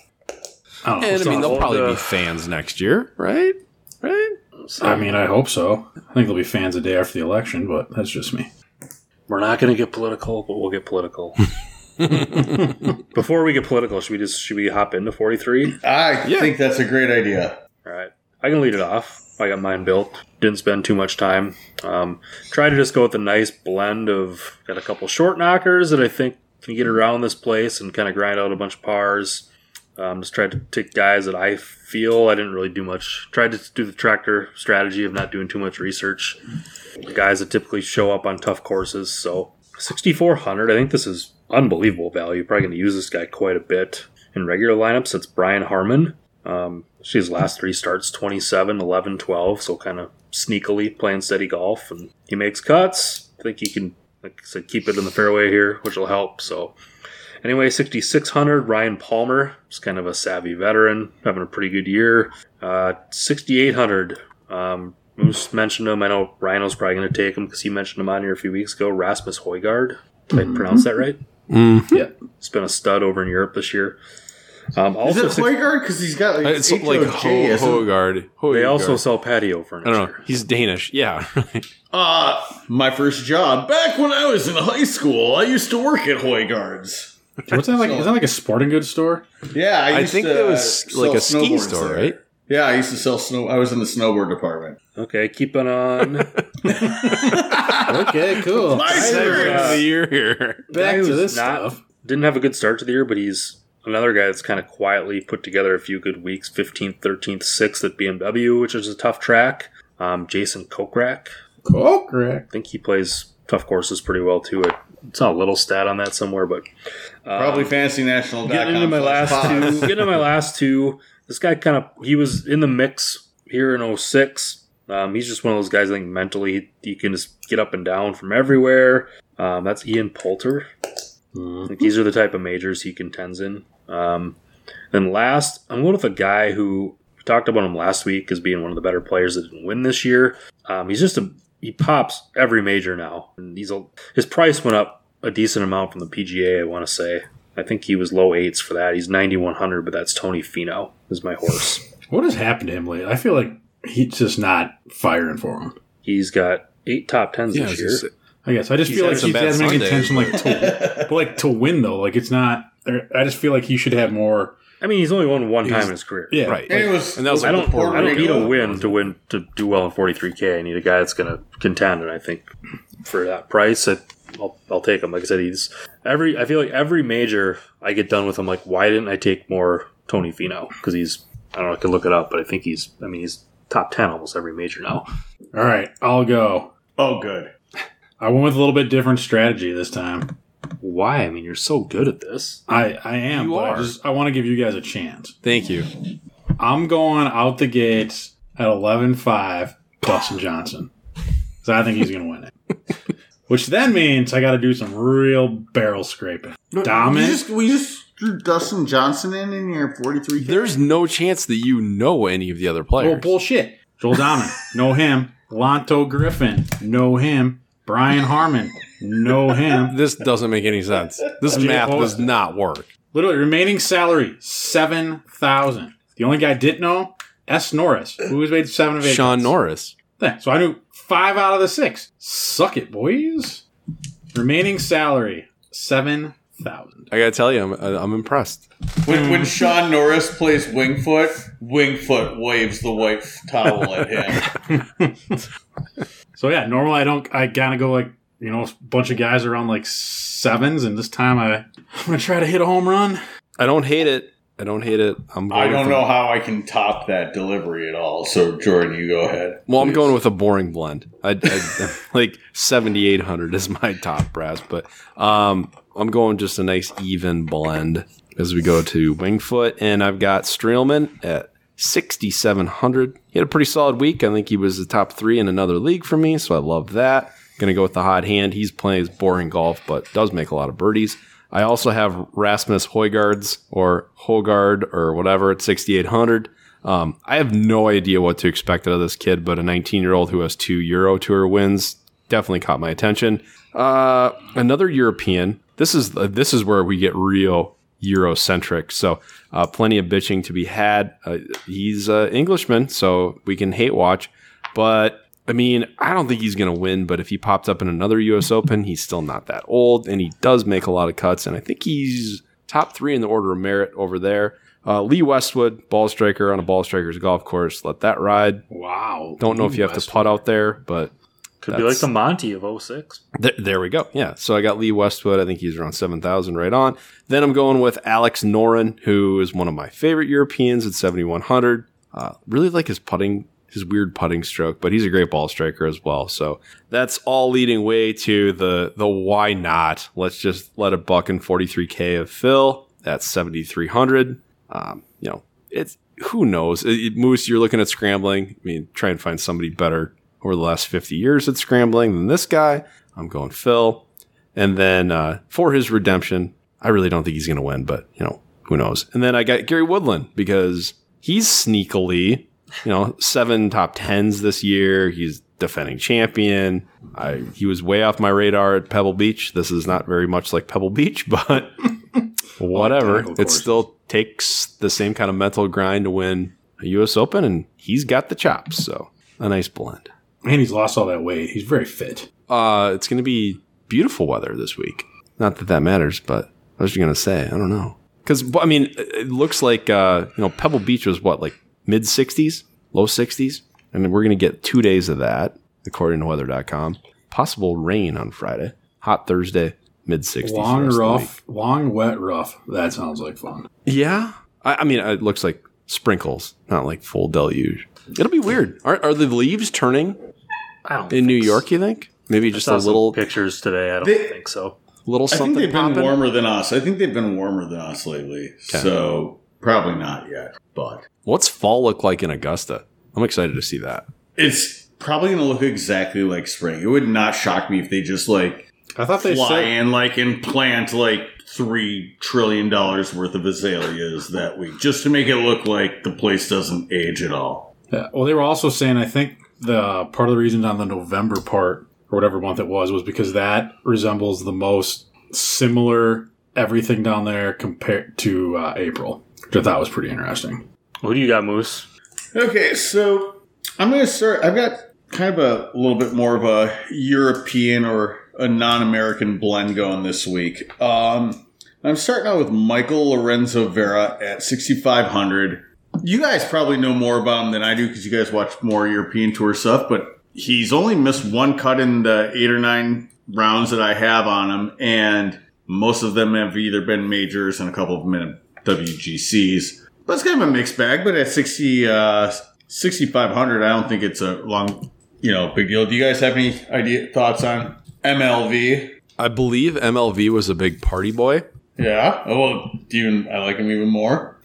B: I don't know.
D: And I mean,
B: Still-
D: they'll probably
C: the-
D: be fans next year, right? Right?
C: so
B: I mean, I hope so. I think there'll be fans a day after the election, but that's just me.
C: we're not going to get political, but we'll get political. Before we get political, should we just should we hop into forty three?
A: I
D: Yeah.
A: think that's a great idea.
C: All right, I can lead it off. I got mine built. Didn't spend too much time. Um, try to just go with a nice blend of got a couple short knockers that I think can get around this place and kind of grind out a bunch of pars. Um, just tried to take guys that I feel I didn't really do much. Tried to do the tractor strategy of not doing too much research. Guys that typically show up on tough courses. So 6,400. I think this is unbelievable value. Probably going to use this guy quite a bit in regular lineups. It's Brian Harmon. Um, she's last three starts 27, 11, 12. So kind of sneakily playing steady golf. And he makes cuts. I think he can, like I said, keep it in the fairway here, which will help. So Anyway, 6,600, Ryan Palmer. He's kind of a savvy veteran, having a pretty good year. Uh, 6,800, um, Moose mentioned him. I know Rhino's probably going to take him because he mentioned him on here a few weeks ago. Rasmus
A: Mm-hmm.
C: Hoygaard. Did I pronounce that right?
D: Mm.
B: Yeah.
C: He's been a stud over in Europe this year. Um,
A: Is
C: also,
A: it
C: six-
A: Hoygaard? Because he's got like,
D: It's like Ho-
A: H-O-J, isn't it?
D: Hogard.
C: they also sell patio
D: I
C: furniture.
D: don't know. He's Danish. Yeah.
A: Uh, my first job back when I was in high school. I used to work at Hoygaard's.
B: What's that like? Is that like a sporting goods store?
A: Yeah, I,
D: I
A: used
D: think
A: to,
D: that was
A: uh,
D: like a
A: sell
D: ski
A: snowboards
D: store,
A: there.
D: right?
A: Yeah, I used to sell snow. I was in the snowboard department.
C: Okay, keeping on.
B: Okay, cool.
A: My
B: Back
A: secret.
D: Of the year here.
C: Guy
B: to
C: who's
B: this
C: not-
B: stuff.
C: Didn't have a good start to the year, but he's another guy that's kind of quietly put together a few good weeks 15th, 13th, 6th at BMW, which is a tough track. Um, Jason Kokrak.
B: Correct.
C: I think he plays tough courses pretty well, too. It- It's not a little stat on that somewhere, but
A: Probably fantasynational.com.
C: getting into my
A: slash
C: last two.
A: pods.
C: Getting into my last two. This guy kind of he was in the mix here in 06. Um, he's just one of those guys. I think mentally he, he can just get up and down from everywhere. Um, that's Ian Poulter. Like, these are the type of majors he contends in. Um, then last, I'm going with a guy who we talked about him last week as being one of the better players that didn't win this year. Um, he's just a he pops every major now, and he's a, his price went up a decent amount from the PGA. I want to say I think he was low eights for that. He's 9100, but that's Tony Fino is my horse.
B: What has happened to him lately? I feel like he's just not firing for him.
C: He's got eight top tens
D: Yeah, I
C: this
D: was
C: year.
D: just-
B: I guess I just
D: He's
B: feel
D: had
B: like
D: some
B: he's
D: bad
B: having
D: Sundays,
B: intention like to, but like to win though. Like it's not. er, I just feel like he should have more.
C: I mean, he's only won one time
D: He's-
C: in his career.
B: Yeah,
D: Right.
A: And it was,
D: And that was
C: I
D: like
C: don't.
D: Puerto
C: I don't need
D: Rico.
C: a win to win to do well in 43k. I need a guy that's going to contend, and I think for that price, I, I'll, I'll take him. Like I said, he's every. I feel like every major I get done with, I'm like, why didn't I take more Tony Fino? Because he's. I don't know. I could look it up, but I think he's. I mean, he's top ten almost every major now.
B: All right, I'll go.
A: oh, good.
B: I went with a little bit different strategy this time.
C: Why? I mean, you're so good at this.
B: I I am.
D: Um, You
B: but
D: are.
B: I just I want to give you guys a chance.
D: Thank you.
B: I'm going out the gates at 11-5 Dustin Johnson. So I think he's going to win it. Which then means I got to do some real barrel scraping.
A: We
B: Dominant.
A: just, we just drew Dustin Johnson in in your 43
D: There's no chance that you know any of the other
B: Oh,
D: players.
B: bullshit. Joel Dahman, know him. Lanto Griffin, know him. Brian Harmon, know him.
D: this doesn't make any sense. This
B: Jay
D: math
B: Paul-
D: does not work.
B: Literally, remaining salary, 7000 The only guy I didn't know, S. Norris, who has made seven of eight.
D: Sean
B: cuts.
D: Norris.
B: Yeah, so I knew five out of the six. Suck it, boys. Remaining salary, 7000
D: I gotta tell you, I'm, I'm impressed.
A: When,
D: Hmm.
A: when Sean Norris plays Wingfoot, Wingfoot waves the white towel at him.
B: So yeah, normally I don't, I gotta go like, you know, a bunch of guys around like sevens, and this time I, I'm gonna try to hit a home run.
D: I don't hate it. I don't hate it. I'm. Going
A: I don't
D: with
A: know
D: A,
A: how I can top that delivery at all. So, Jordan, you go ahead.
D: well, I'm going with a boring blend. I, I like 7,800 is my top brass, but um, I'm going just a nice even blend as we go to Wingfoot, and I've got Streelman at 6,700. He had a pretty solid week. I think he was the top three in another league for me, so I love that. Gonna go with the hot hand. He's plays boring golf, but does make a lot of birdies. I also have Rasmus Hoygaards or Hogard or whatever at 6,800. Um, I have no idea what to expect out of this kid, but a 19 year old who has two Euro Tour wins definitely caught my attention. Uh, another European. This is this is where we get real Eurocentric. So uh, plenty of bitching to be had. Uh, he's an Englishman, so we can hate watch. But I mean, I don't think he's going to win. But if he popped up in another U.S. Open, he's still not that old, and he does make a lot of cuts. And I think he's top three in the order of merit over there. Uh, Lee Westwood, ball striker on a ball striker's golf course. Let that ride.
B: Wow.
D: Don't know if you have to putt out there, but
C: Could be like
D: That's-
C: the Monty of 06.
D: Th- there we go. Yeah. So I got Lee Westwood. I think he's around 7,000 right on. Then I'm going with Alex Norin, who is one of my favorite Europeans at 7,100. Uh, really like his putting, his weird putting stroke, but he's a great ball striker as well. So that's all leading way to the, the why not? Let's just let a buck and 43K of Phil at 7,300. Um, you know, it's who knows? It- it- Moose, you're looking at scrambling. I mean, try and find somebody better over the last 50 years at scrambling than this guy. I'm going Phil. And then uh, for his redemption, I really don't think he's going to win, but you know, who knows? And then I got Gary Woodland because he's sneakily, you know, seven top tens this year. He's defending champion. I, he was way off my radar at Pebble Beach. This is not very much like Pebble Beach, but Whatever.
B: Tackle
D: It
B: courses.
D: still takes the same kind of mental grind to win a U.S. Open, and he's got the chops. So a nice blend.
B: And he's lost all that weight. He's very fit.
D: Uh, it's going to be beautiful weather this week. Not that that matters, but I was just going to say, I don't know. Because, I mean, it it looks like, uh, you know, Pebble Beach was what, like mid 60s, low 60s? I mean, we're going to get two days of that, according to weather.com. Possible rain on Friday, hot Thursday, mid 60s.
B: Long, rough, long, wet, rough. That sounds like fun.
D: Yeah. I, I mean, it looks like sprinkles, not like full deluge. It'll be weird. Are, are the leaves turning
C: I don't
D: in
C: think
D: New
C: so.
D: York, you think? Maybe
C: I
D: just
C: saw
D: a
C: some
D: little,
C: pictures today. I don't
A: They-
C: think so.
D: little
A: I
D: something
A: think they've been
D: popping?
A: warmer than us. I think they've been warmer than us lately. So probably not yet, but
D: What's fall look like in Augusta? I'm excited to see that.
A: it's probably going to look exactly like spring. It would not shock me if they just like
B: I thought they
A: fly
B: said
A: in like and plant like three trillion dollars worth of azaleas that week just to make it look like the place doesn't age at all.
B: Yeah. Well, they were also saying I think the part of the reason on the November part or whatever month it was was because that resembles the most similar everything down there compared to uh, April, which I thought was pretty interesting.
C: Who do you got, Moose?
A: Okay, so I'm going to start. I've got kind of a little bit more of a European or a non-American blend going this week. Um, I'm starting out with Michael Lorenzo Vera at 6,500. You guys probably know more about him than I do because you guys watch more European Tour stuff, but he's only missed one cut in the eight or nine rounds that I have on him, and most of them have either been majors and a couple of them in WGCs. But it's kind of a mixed bag, but at 60, uh, 6,500, I don't think it's a long, you know, big deal. Do you guys have any idea, thoughts on MLV?
D: I believe MLV was a big party boy.
A: Yeah. Oh, well, do you, I like him even more.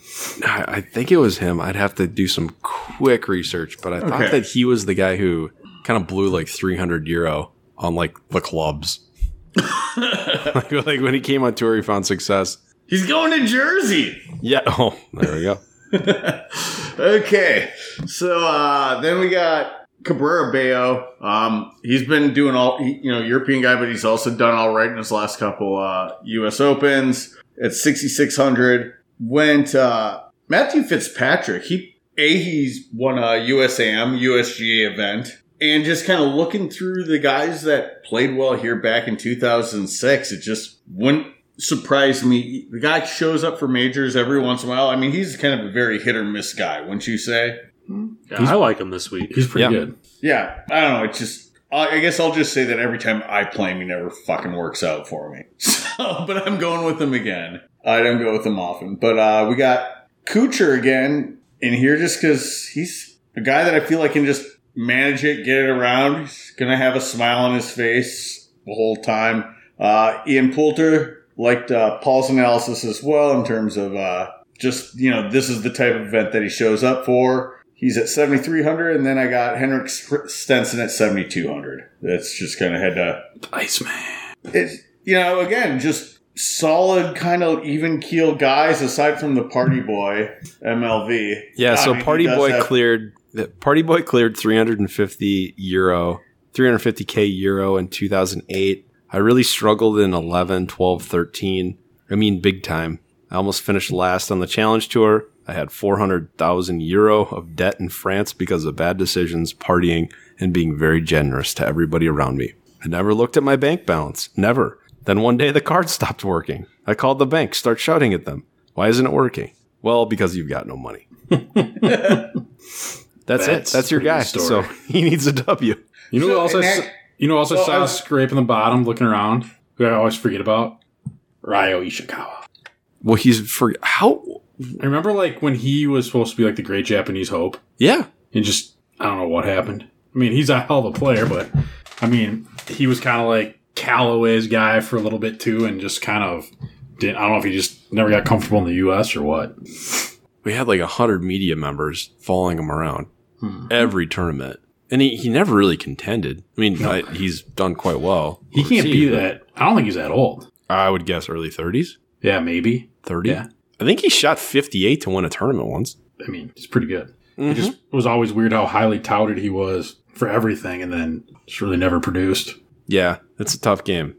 D: I, I think it was him. I'd have to do some quick research, but I thought
A: Okay.
D: that he was the guy who kind of blew like 300 euro on like the clubs. like, like when he came on tour, he found success.
A: He's going to Jersey.
D: Yeah. Oh, there we go.
A: okay. So uh, then we got Cabrera Bayo. Um, he's been doing all, he- you know, European guy, but he's also done all right in his last couple uh, U.S. Opens at 6,600. Went uh, Matthew Fitzpatrick. He a he's won a USAM USGA event. And just kind of looking through the guys that played well here back in 2006, it just wouldn't surprised me. The guy shows up for majors every once in a while. I mean, he's kind of a very hit or miss guy, wouldn't you say?
C: Yeah,
B: He's-
C: I like him this week.
B: He's pretty
D: Yeah.
B: good.
A: Yeah, I don't know. It's just, I I guess I'll just say that every time I play him, he never fucking works out for me. So, but I'm going with him again. I don't go with him often. But uh, we got Kucher again in here just because he's a guy that I feel like can just manage it, get it around. He's going to have a smile on his face the whole time. Uh, Ian Poulter liked uh, Paul's analysis as well in terms of uh, just, you know, this is the type of event that he shows up for. He's at 7,300, and then I got Henrik Stenson at 7,200. That's just kind of had to
B: Iceman.
A: it's you know again just solid kind of even keel guys aside from the party boy MLV.
D: Yeah.
A: I
D: so
A: mean, he
D: party
A: does
D: boy
A: have-
D: cleared. Party boy cleared 350 euro, 350k euro in 2008. I really struggled in 11, 12, 13. I mean, big time. I almost finished last on the challenge tour. I had 400,000 euro of debt in France because of bad decisions, partying, and being very generous to everybody around me. I never looked at my bank balance. Never. Then one day the card stopped working. I called the bank, start shouting at them. Why isn't it working? Well, because you've got no money. That's,
B: That's
D: it. That's your
B: pretty good
D: guy.
B: story.
D: So he needs a W.
B: You know who else?
A: So,
B: I
A: and
B: s-
A: that-
B: you know who else I
A: Well, uh,
B: saw
A: I was-
B: scraping the bottom, looking around. Who I always forget about. Ryo Ishikawa.
D: Well, he's for how?
B: I remember like when he was supposed to be like the great Japanese hope.
D: Yeah,
B: and just I don't know what happened. I mean, he's a hell of a player, but I mean, he was kind of like Callaway's guy for a little bit too, and just kind of didn't. I don't know if he just never got comfortable in the U.S. or what.
D: we had like a hundred media members following him around every tournament, and he, he never really contended. I mean, I, he's done quite well.
B: He can't be
D: overseas, but
B: that. I don't think he's that old.
D: I would guess early thirties,
B: Yeah, maybe.
D: thirty.
B: Yeah.
D: I think he shot fifty-eight to win a tournament once.
B: I mean, he's pretty good. It just was always weird how highly touted he was for everything, and then just really never produced.
D: Yeah, it's a tough game.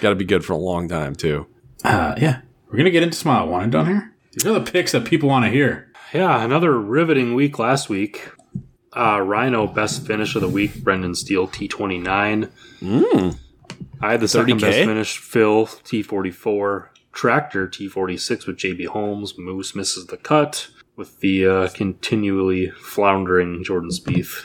D: Got to be good for a long time too.
B: Uh, yeah. We're gonna get into smile one and done here. These are the picks that people want to hear.
C: Yeah, another riveting week last week. Uh, Rhino best finish of the week, Brendan Steele T29.
B: Hmm.
C: I had the second
D: 30K?
C: best finish, Phil T44. Tractor T46 with JB Holmes. Moose misses the cut with the uh, continually floundering Jordan Spieth.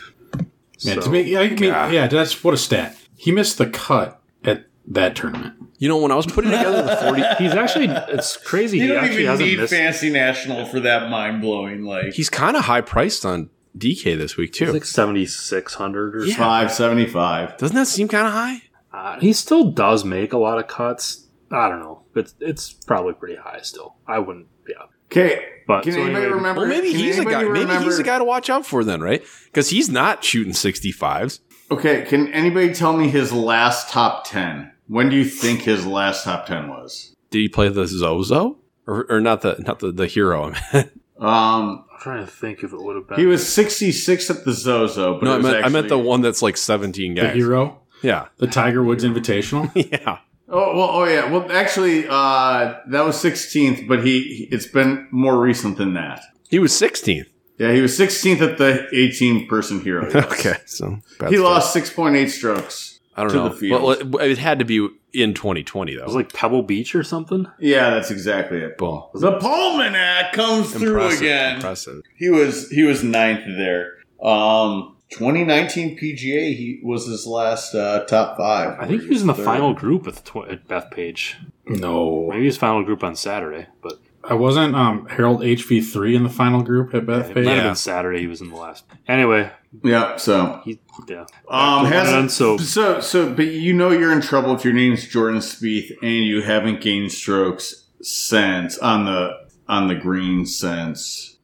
B: Yeah,
C: So-
B: to me, yeah, I mean, yeah, that's what a stat. He missed the cut at that tournament.
D: You know, when I was putting together the 40,
C: he's actually, it's crazy.
A: You
C: he
A: don't
C: actually
A: even
C: hasn't
A: need
C: missed.
A: Fantasy National for that mind blowing. Like
D: he's kind of high priced on DK this week,
C: It's
D: too.
C: like 7,600 or
D: Yeah.
C: something.
A: five seventy five.
D: Doesn't that seem kind of high?
C: Uh, he still does make a lot of cuts. I don't know. It's it's probably pretty high still. I wouldn't. Yeah.
A: Okay,
C: But
A: can
C: so
A: anybody
C: anyway,
A: remember?
D: Well, maybe
A: can
D: he's a guy.
A: anybody
D: Maybe he's
A: remember-
D: a guy to watch out for then, right? Because he's not shooting sixty fives.
A: Okay, can anybody tell me his last top ten? When do you think his last top ten was?
D: Did he play the Zozo or, or not the not the, the hero?
A: Um,
C: I'm trying to think if it would have been.
A: he was sixty six at the Zozo, but
D: no,
A: it
D: I
A: was
D: meant I
A: actually-
D: meant the one that's like seventeen
B: The
D: guys.
B: hero,
D: Yeah,
B: the Tiger Woods Invitational.
D: yeah.
A: Oh well, oh yeah. Well, actually, uh, that was sixteenth, but he it's been more recent than that.
D: He was sixteenth.
A: Yeah, he was sixteenth at the eighteen person hero. yes.
D: Okay, so bad
A: he
D: stuff.
A: lost six point eight strokes.
D: I don't
A: to
D: know.
A: the field.
D: Well, it- it had to be in twenty twenty
C: it
D: though.
C: was like Pebble Beach or something.
A: Yeah, that's exactly it.
D: Boom.
A: The Palmanac comes
D: Impressive.
A: through again.
D: Impressive.
A: He was he was ninth there. Um, 2019 PGA he was his last uh, top five.
C: I think he was in the
A: Third.
C: final group at, the tw- at Beth Page.
B: No,
C: Maybe his final group on Saturday, but
B: I wasn't. Um, Harold HV three in the final group at Beth
C: it might
B: Page.
C: have
D: Yeah.
C: been Saturday. He was in the last. Anyway,
A: Yeah. So
C: he yeah.
A: um,
C: Back to Lennon,
A: has
C: so
A: so so, but you know you're in trouble if your name's Jordan Spieth and you haven't gained strokes since on the on the green since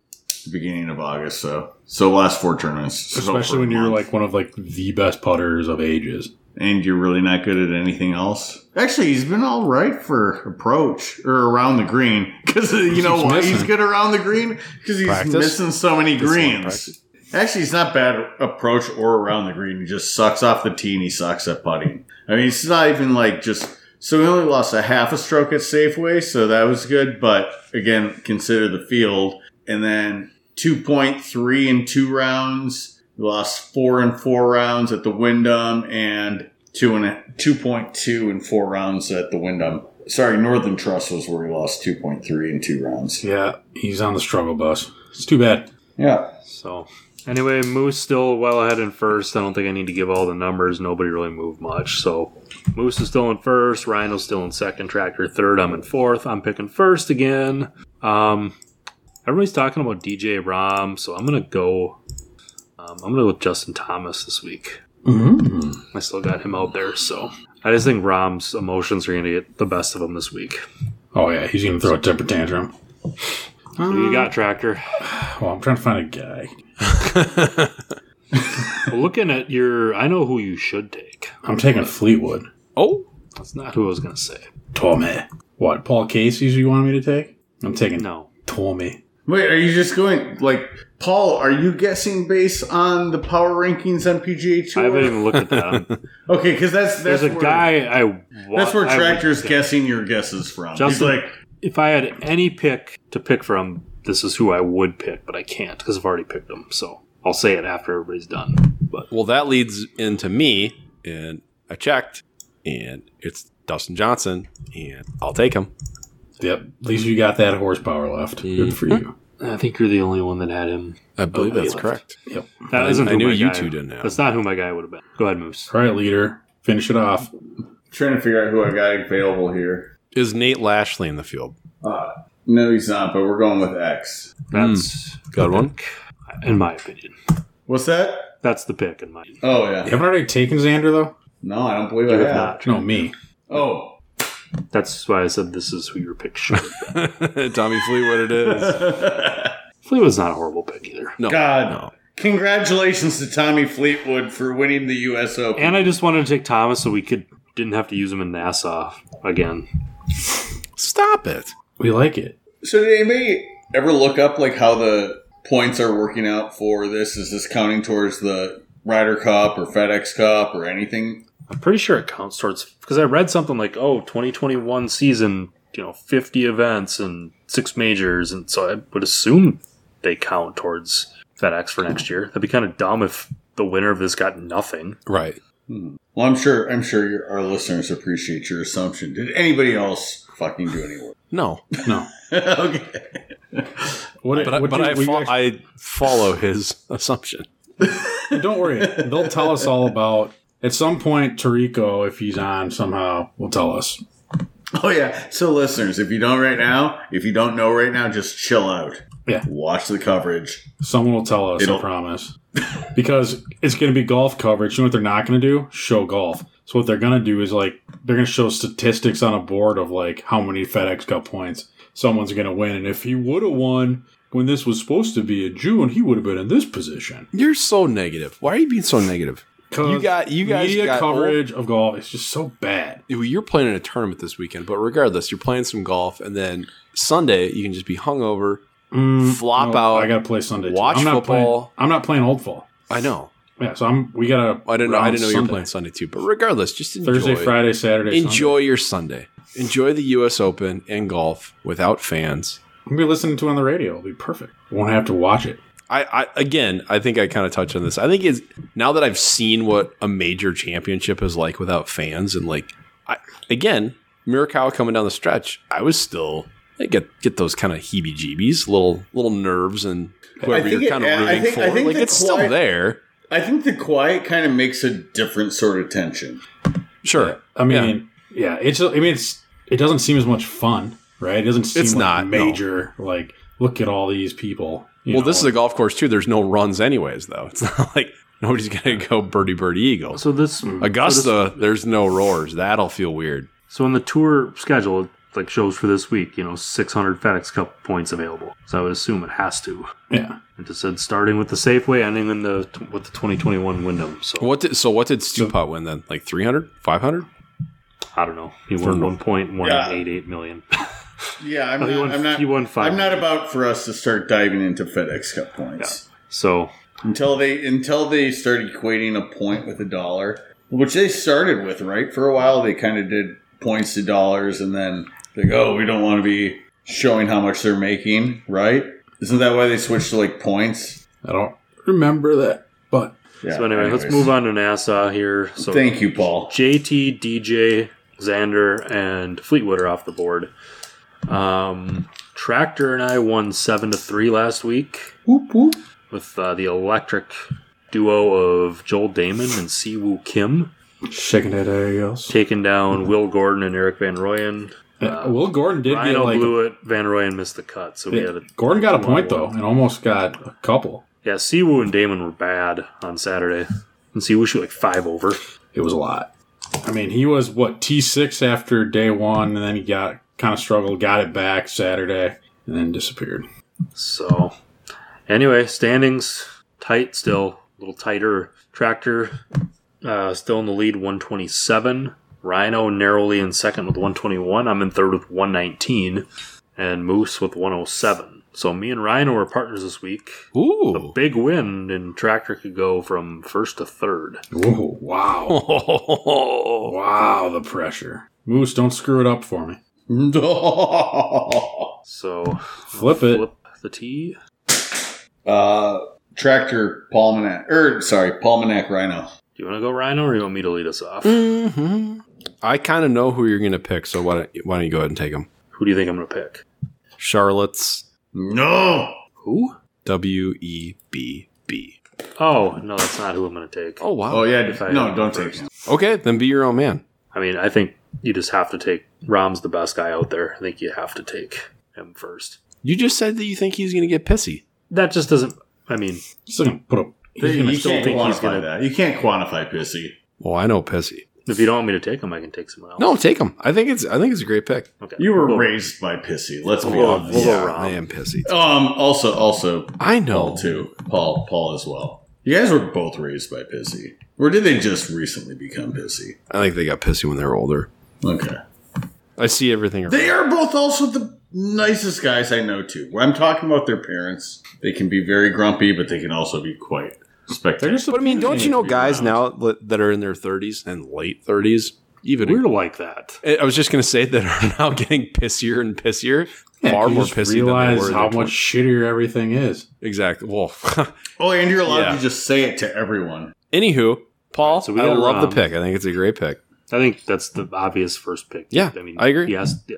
A: the beginning of August. So so last four tournaments, so for
B: Especially
A: a
B: when you're
A: month.
B: like one of like the best putters of ages.
A: and you're really not good at anything else. Actually, he's been all right for approach or around the green because you know
B: He's
A: why he's
B: missing.
A: good around the green because he's
D: Practice?
A: missing so many
D: Just wanna
A: greens.
D: practice.
A: Actually, he's not bad at approach or around the green. He just sucks off the tee and he sucks at putting. I mean, it's not even like just. So he only lost a half a stroke at Safeway, so that was good. But again, consider the field. And then 2.3 in two rounds. He lost four in four rounds at the Wyndham and two and a, 2.2 in four rounds at the Wyndham. Sorry, Northern Trust was where he lost 2.3 in two rounds.
B: Yeah, he's on the struggle bus. It's too bad.
A: Yeah.
C: so anyway, Moose still well ahead in first. I don't think I need to give all the numbers. Nobody really moved much. So Moose is still in first. Rhino's still in second. Tractor third. I'm in fourth. I'm picking first again. Um, everybody's talking about DJ Rom, so I'm gonna go. Um, I'm gonna go with Justin Thomas this week. I still got him out there, so I just think Rom's emotions are gonna get the best of him this week.
B: Oh yeah, he's gonna throw a temper tantrum.
C: Who you got Tractor?
B: Well, I'm trying to find a guy.
C: Looking at your, I know who you should take.
B: I'm taking Fleetwood.
D: Oh,
C: That's not who I was gonna say.
B: Tommy. What? Paul Casey's who you wanted me to take? I'm taking
C: No.
B: Tommy.
A: Wait, are you just going like Paul? Are you guessing based on the power rankings on PGA
C: I
A: Tour?
C: haven't even looked at that.
A: okay, because that's, that's
C: There's a
A: where-
C: guy I. wa-
A: That's where
C: I would-
A: Tractor's guessing your guesses from.
C: Justin-
A: He's like,
C: If I had any pick to pick from, this is who I would pick, but I can't because I've already picked him. So I'll say it after everybody's done. But
D: well, that leads into me, and I checked, and it's Dustin Johnson, and I'll take him.
B: Yep. At least you got that horsepower left. Good for you.
C: I think you're the only one that had him.
D: I believe
C: Oh, he
D: that's
C: left.
D: correct.
C: That
D: I-
C: isn't.
D: I
C: who
D: knew
C: my
D: you
C: guy-
D: two didn't have
C: That's not who my guy would have been. Go ahead, Moose.
B: All right, leader. Finish it off.
A: trying to figure out who I got available here.
D: Is Nate Lashley in the field?
A: Uh, no, he's not, but we're going with X.
C: That's
D: Good Hmm. one.
C: in my opinion.
A: What's that?
C: That's the pick in my.
A: Oh yeah.
B: You haven't already taken Xander though?
A: No, I don't believe
C: You
A: I
C: have
A: have.
C: not.
B: No, me.
A: Oh.
C: That's why I said this is who your pick should. have been.
D: Tommy Fleetwood, it is.
C: Fleetwood's not a horrible pick either.
D: No,
A: God.
D: no.
A: Congratulations to Tommy Fleetwood for winning the US Open.
C: And I just wanted to take Thomas so we could didn't have to use him in Nassau again.
D: Stop it.
B: We like it.
A: so did anybody ever look up like how the points are working out for this? Is this counting towards the Ryder Cup or FedEx Cup or anything?
C: I'm pretty sure it counts towards because I read something like, "Oh, 2021 season you know 50 events and six majors, and so I would assume they count towards FedEx for next year. That'd be kind of dumb if the winner of this got nothing.
D: Right.
A: Hmm. Well, I'm sure I'm sure your, our listeners appreciate your assumption. Did anybody else fucking do any work?
D: No. No.
A: okay.
B: What,
D: But I,
B: what
D: but
B: do
D: I,
B: we
D: fo-
B: actually-
D: I follow his assumption.
B: don't worry. They'll tell us all about. At some point, Tariko, if he's on somehow, will tell us.
A: Oh yeah. So listeners, if you don't right now, if you don't know right now, just chill out.
B: Yeah.
A: Watch the coverage.
B: Someone will tell us.
A: It'll-
B: I promise. because it's going to be golf coverage. You know what they're not going to do? Show golf. So what they're going to do is like they're going to show statistics on a board of like how many FedEx Cup points someone's going to win, and if he would have won when this was supposed to be in June, he would have been in this position.
D: You're so negative. Why are you being so negative?
B: 'Cause
D: You got- you guys
B: media
D: got old-
B: coverage of golf is just so bad.
D: You're playing in a tournament this weekend, but regardless, you're playing some golf, and then Sunday you can just be hungover.
B: Mm,
D: Flop out,
B: I got to play Sunday. too.
D: watch
B: I'm not Playing,
D: football.
B: I'm not playing old fall.
D: I know.
B: Yeah, so I'm. We got to.
D: I didn't know. I didn't know you were playing Sunday too. But regardless, just enjoy.
B: Thursday, Friday, Saturday.
D: Enjoy your Sunday. Enjoy the U.S. Open and golf without fans.
B: Sunday. We'll be listening to it on the radio. It'll be perfect. Won't have to watch it.
D: I, I again, I think I kind of touched on this. I think it's now that I've seen what a major championship is like without fans, and like I, again, Murakawa coming down the stretch, I was still I get get those kind of heebie-jeebies, little little nerves, and whoever
A: think
D: you're
A: it-
D: kind
A: I
D: of rooting
A: think-
D: for,
A: I think
D: like
A: the
D: it's still
A: quiet-
D: there.
A: I think the quiet kind of makes a different sort of tension.
D: Sure,
B: I mean, yeah. it's. I mean, it's. It doesn't seem as much fun, right? It doesn't seem
D: It's
B: like
D: not, no.
B: major. Like, look at all these people. you
D: well,
B: know.
D: this is a golf course too. There's no runs, anyways. Though it's not like nobody's gonna go birdie birdie eagle.
C: So this
D: Augusta,
C: So, this-
D: there's no roars. That'll feel weird.
C: so in the tour schedule, it like shows for this week, you know, 600 FedEx Cup points available. So I would assume it has to.
B: yeah.
C: It just said starting with the Safeway, ending in the with the 2021 Wyndham. So
D: What did so? What did Stupa win then? Like 300, 500?
C: I don't know. He won 1.188 million.
A: Yeah, I'm
C: he
A: not.
C: won.
A: I'm not,
C: he won five.
A: I'm not about for us to start diving into FedEx Cup points
C: so
A: until they until they start equating a point with a dollar, which they started with, right? For a while, they kind of did points to dollars, and then they go, oh, we don't want to be showing how much they're making, right? Isn't that why they switched to like points?
B: I don't remember that, but
A: Yeah.
C: so anyway, let's move on to NASA here. So
A: Thank you, Paul.
C: JT, DJ, Xander, and Fleetwood are off the board. Um, Tractor and I won seven to three last week
A: Whoop, whoop.
C: with uh, the electric duo of Joel Damon and Siwoo Kim
B: shaking that ass.
C: taking
A: Mm-hmm.
C: down Will Gordon and Eric Van Royen.
B: Yeah, Will Gordon did get
C: Rhino
B: like
C: blew it. Van Royen missed the cut, so we had a
B: Gordon got a
C: one
B: point
C: on
B: though,
C: one.
B: and almost got a couple.
C: Yeah, Siwoo and Damon were bad on Saturday, and Siwoo shoot like five over.
B: It was a lot. I mean, he was what T six after day one, and then he got kind of struggled, got it back Saturday, and then disappeared.
C: So, anyway, standings tight still, a little tighter. Tractor uh, still in the lead, 127. Rhino narrowly in second with 121. I'm in third with 119, and Moose with 107. So me and Rhino are partners this week.
D: Ooh.
C: Big win, and Tractor could go from first to third.
B: Whoa! Wow! wow! The pressure. Moose, don't screw it up for me.
A: No.
C: So
B: Flip it.
C: flip the T.
A: Uh, tractor Palmanac, or sorry, Palmanac Rhino.
C: Do you want to go Rhino, or you want me to lead us off?
D: hmm I kind of know who you're going to pick, so why don't, why don't you go ahead and take them?
C: Who do you think I'm going to pick?
D: Charlotte's
A: No.
C: Who?
D: W E B B.
C: Oh no, that's not who I'm going to take.
D: Oh, wow.
A: Oh yeah.
C: If I-
A: no, don't take him.
D: Okay, then be your own man.
C: I mean, I think you just have to take Rom's the best guy out there. I think you have to take him first.
D: You just said that you think he's going to get pissy.
C: That just doesn't. I mean,
B: Just gonna put a. he's
A: You
B: gonna
A: can't
B: still think
A: quantify
B: he's gonna-
A: that. You can't quantify pissy.
D: Well, I know pissy.
C: if you don't want me to take him, I can take someone else.
D: No, take him. I think it's I think it's a great pick.
C: okay.
A: You were
C: We'll-
A: raised by pissy. Let's be
C: Whoa,
A: honest.
C: whoa.
A: Yeah.
C: go Rom.
D: I am pissy.
A: Um. Also, also
D: I
A: Paul
C: Oh.
D: know.
A: too. Paul. Paul as well. You guys were both raised by pissy, or did they just recently become pissy?
D: I think they got pissy when they were older.
A: Okay.
D: I see everything. around.
A: They are both also the nicest guys I know too. When I'm talking about their parents, they can be very grumpy, but they can also be quite
B: They're
A: spectacular.
B: just.
D: But I mean, don't you know guys now li- that are in their 30s and late 30s evening.
C: We're like that.
D: I I was just going to say that are now getting pissier and pissier, far
B: You
D: more
B: just
D: pissy than they
B: realize
D: were. in
B: how
D: their
B: much
D: 20s.
B: shittier everything is.
D: Exactly. Well,
A: Oh, and you're allowed
D: Yeah.
A: to just say it to everyone.
D: anywho, Paul,
C: So we
D: I
C: got
D: love
C: Rom.
D: the pick. I think it's a great pick.
C: I think that's the obvious first pick.
D: Yeah,
C: I mean,
D: I agree.
C: Yes, yeah.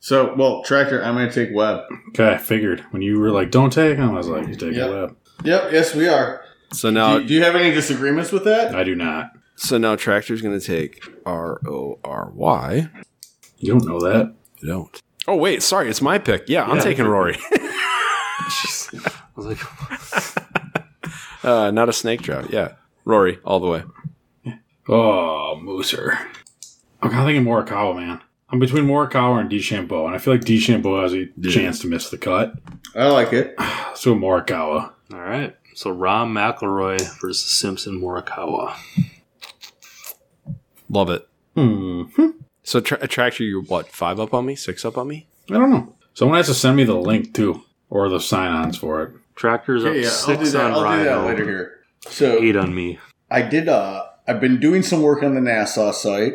A: So, well, tractor, I'm going to take web.
B: Okay, I figured when you were like, "Don't take him," I was like, "You take
A: Yeah.
B: a web."
A: Yep, yes, we are.
D: So
C: Uh,
D: now,
A: do, do you have any disagreements with that?
B: I do not.
D: so now, Tractor's going to take R O R Y.
B: You don't know that.
D: Don't. Oh wait, sorry, it's my pick. Yeah, I'm
C: Yeah.
D: taking Rory.
C: I was like,
D: Uh, not a snake drought. Yeah, Rory, all the way.
B: Oh, Mooser. I'm kind of thinking Morikawa, man. I'm between Morikawa and DeChambeau, and I feel like DeChambeau has a chance to miss the cut.
A: I like it.
B: So Morikawa.
C: all right. So Rom McElroy versus Simpson Morikawa.
D: Love it.
B: Hmm.
D: So tra- Tractor, you're what? Five up on me? Six up on me?
B: I don't know. Someone has to send me the link too, or the sign-ons for it.
C: Tractors
A: Yeah,
C: up
A: yeah, I'll do
C: six
A: that.
C: on
A: I'll do that
C: Rhino,
A: later here. So
C: eight on me.
A: I did. Uh, I've been doing some work on the NASA site.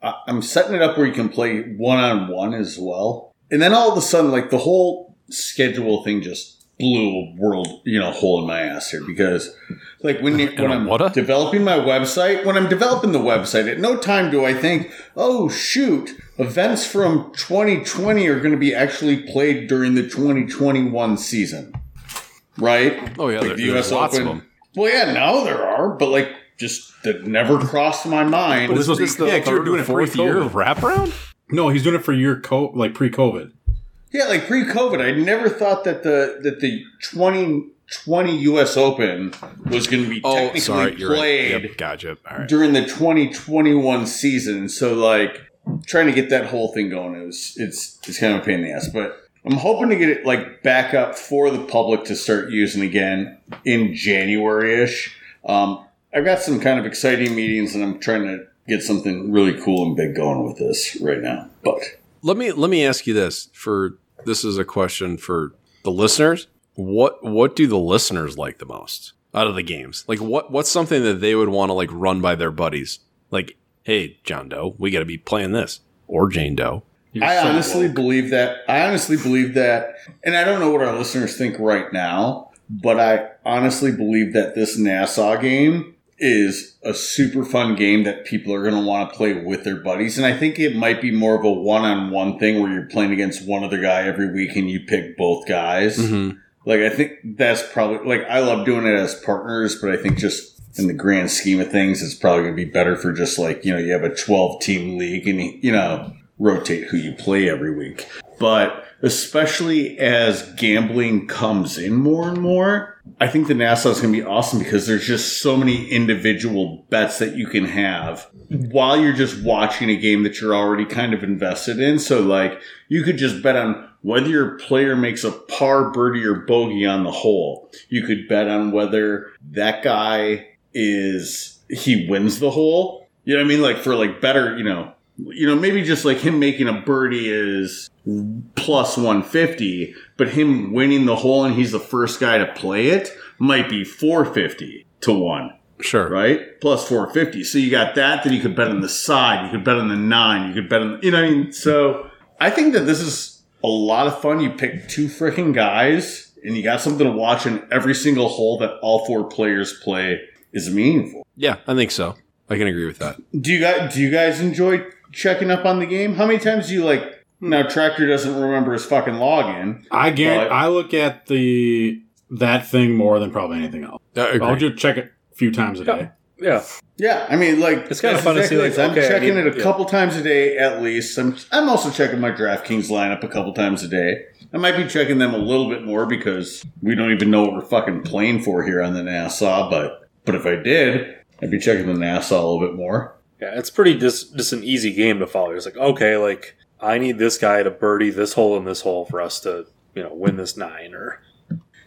A: I, I'm setting it up where you can play one on one as well. And then all of a sudden, like the whole schedule thing just blew a world, you know, hole in my ass here because, like, when you, when
D: a
A: I'm
D: what-a?
A: developing my website, when I'm developing the website, at no time do I think, oh shoot, events from 2020 are going to be actually played during the 2021 season, right?
D: Oh yeah, there-
A: Like the
D: there's
A: U.S.
D: lots
A: Open.
D: of them.
A: Well, yeah, now there are, but like, just that never crossed my mind.
D: But is this the
B: yeah, 'cause you were
D: third
B: doing
D: or
B: it
D: fourth year of wraparound?
B: No, he's doing it for your co like pre-COVID.
A: yeah, like pre-COVID, I never thought that the that the twenty twenty U.S. Open was going to be
D: Oh,
A: technically
D: sorry, you're
A: played
D: right. Yep, gotcha. All right.
A: during the twenty twenty one season. So like, trying to get that whole thing going, it was it's it's kind of a pain in the ass, but. I'm hoping to get it like back up for the public to start using again in January ish. Um, I've got some kind of exciting meetings, and I'm trying to get something really cool and big going with this right now. But
D: Let me let me ask you this for this is a question for the listeners. What what do the listeners like the most out of the games? Like what what's something that they would want to like run by their buddies? Like, hey, John Doe, we got to be playing this or Jane Doe.
B: You're
A: I
B: so
A: honestly
B: woke.
A: believe that. I honestly believe that, and I don't know what our listeners think right now, but I honestly believe that this Nassau game is a super fun game that people are going to want to play with their buddies. And I think it might be more of a one on one thing where you're playing against one other guy every week and you pick both guys.
B: Mm-hmm.
D: Mm-hmm.
A: Like, I think that's probably, like, I love doing it as partners, but I think just. In the grand scheme of things, it's probably going to be better for just like, you know, you have a 12 team league and, you know, rotate who you play every week. But especially as gambling comes in more and more, I think the Nassau is going to be awesome because there's just so many individual bets that you can have while you're just watching a game that you're already kind of invested in. So, like, you could just bet on whether your player makes a par, birdie, or bogey on the hole. You could bet on whether that guy is he wins the hole. You know what I mean? Like for like better, you know, you know, maybe just like him making a birdie is plus 150, but him winning the hole and he's the first guy to play it might be 450 to 1,
D: Sure.
A: right? Plus 450. So you got that, then you could bet on the side, you could bet on the nine, you could bet on, you know, what I mean, so I think that this is a lot of fun. You pick two freaking guys and you got something to watch, and every single hole that all four players play is meaningful.
D: Yeah, I think so. I can agree with that.
A: Do you guys do you guys enjoy checking up on the game? How many times do you like now Tractor doesn't remember his fucking login?
B: I guarantee.
A: Well,
B: I look at the that thing more than probably anything else.
D: I agree.
B: I'll just check it a few times a day.
E: Yeah.
A: Yeah, I mean like
E: It's kinda
A: that's
E: fun to see,
A: exactly
E: like, okay, I
A: it. I'm checking
E: need-
A: it a
E: yeah.
A: couple times a day at least. I'm I'm also checking my DraftKings lineup a couple times a day. I might be checking them a little bit more because we don't even know what we're fucking playing for here on the Nassau, but but if I did, I'd be checking the Nassau a little bit more.
E: Yeah, it's pretty just just an easy game to follow. It's like, okay, like I need this guy to birdie this hole and this hole for us to, you know, win this nine or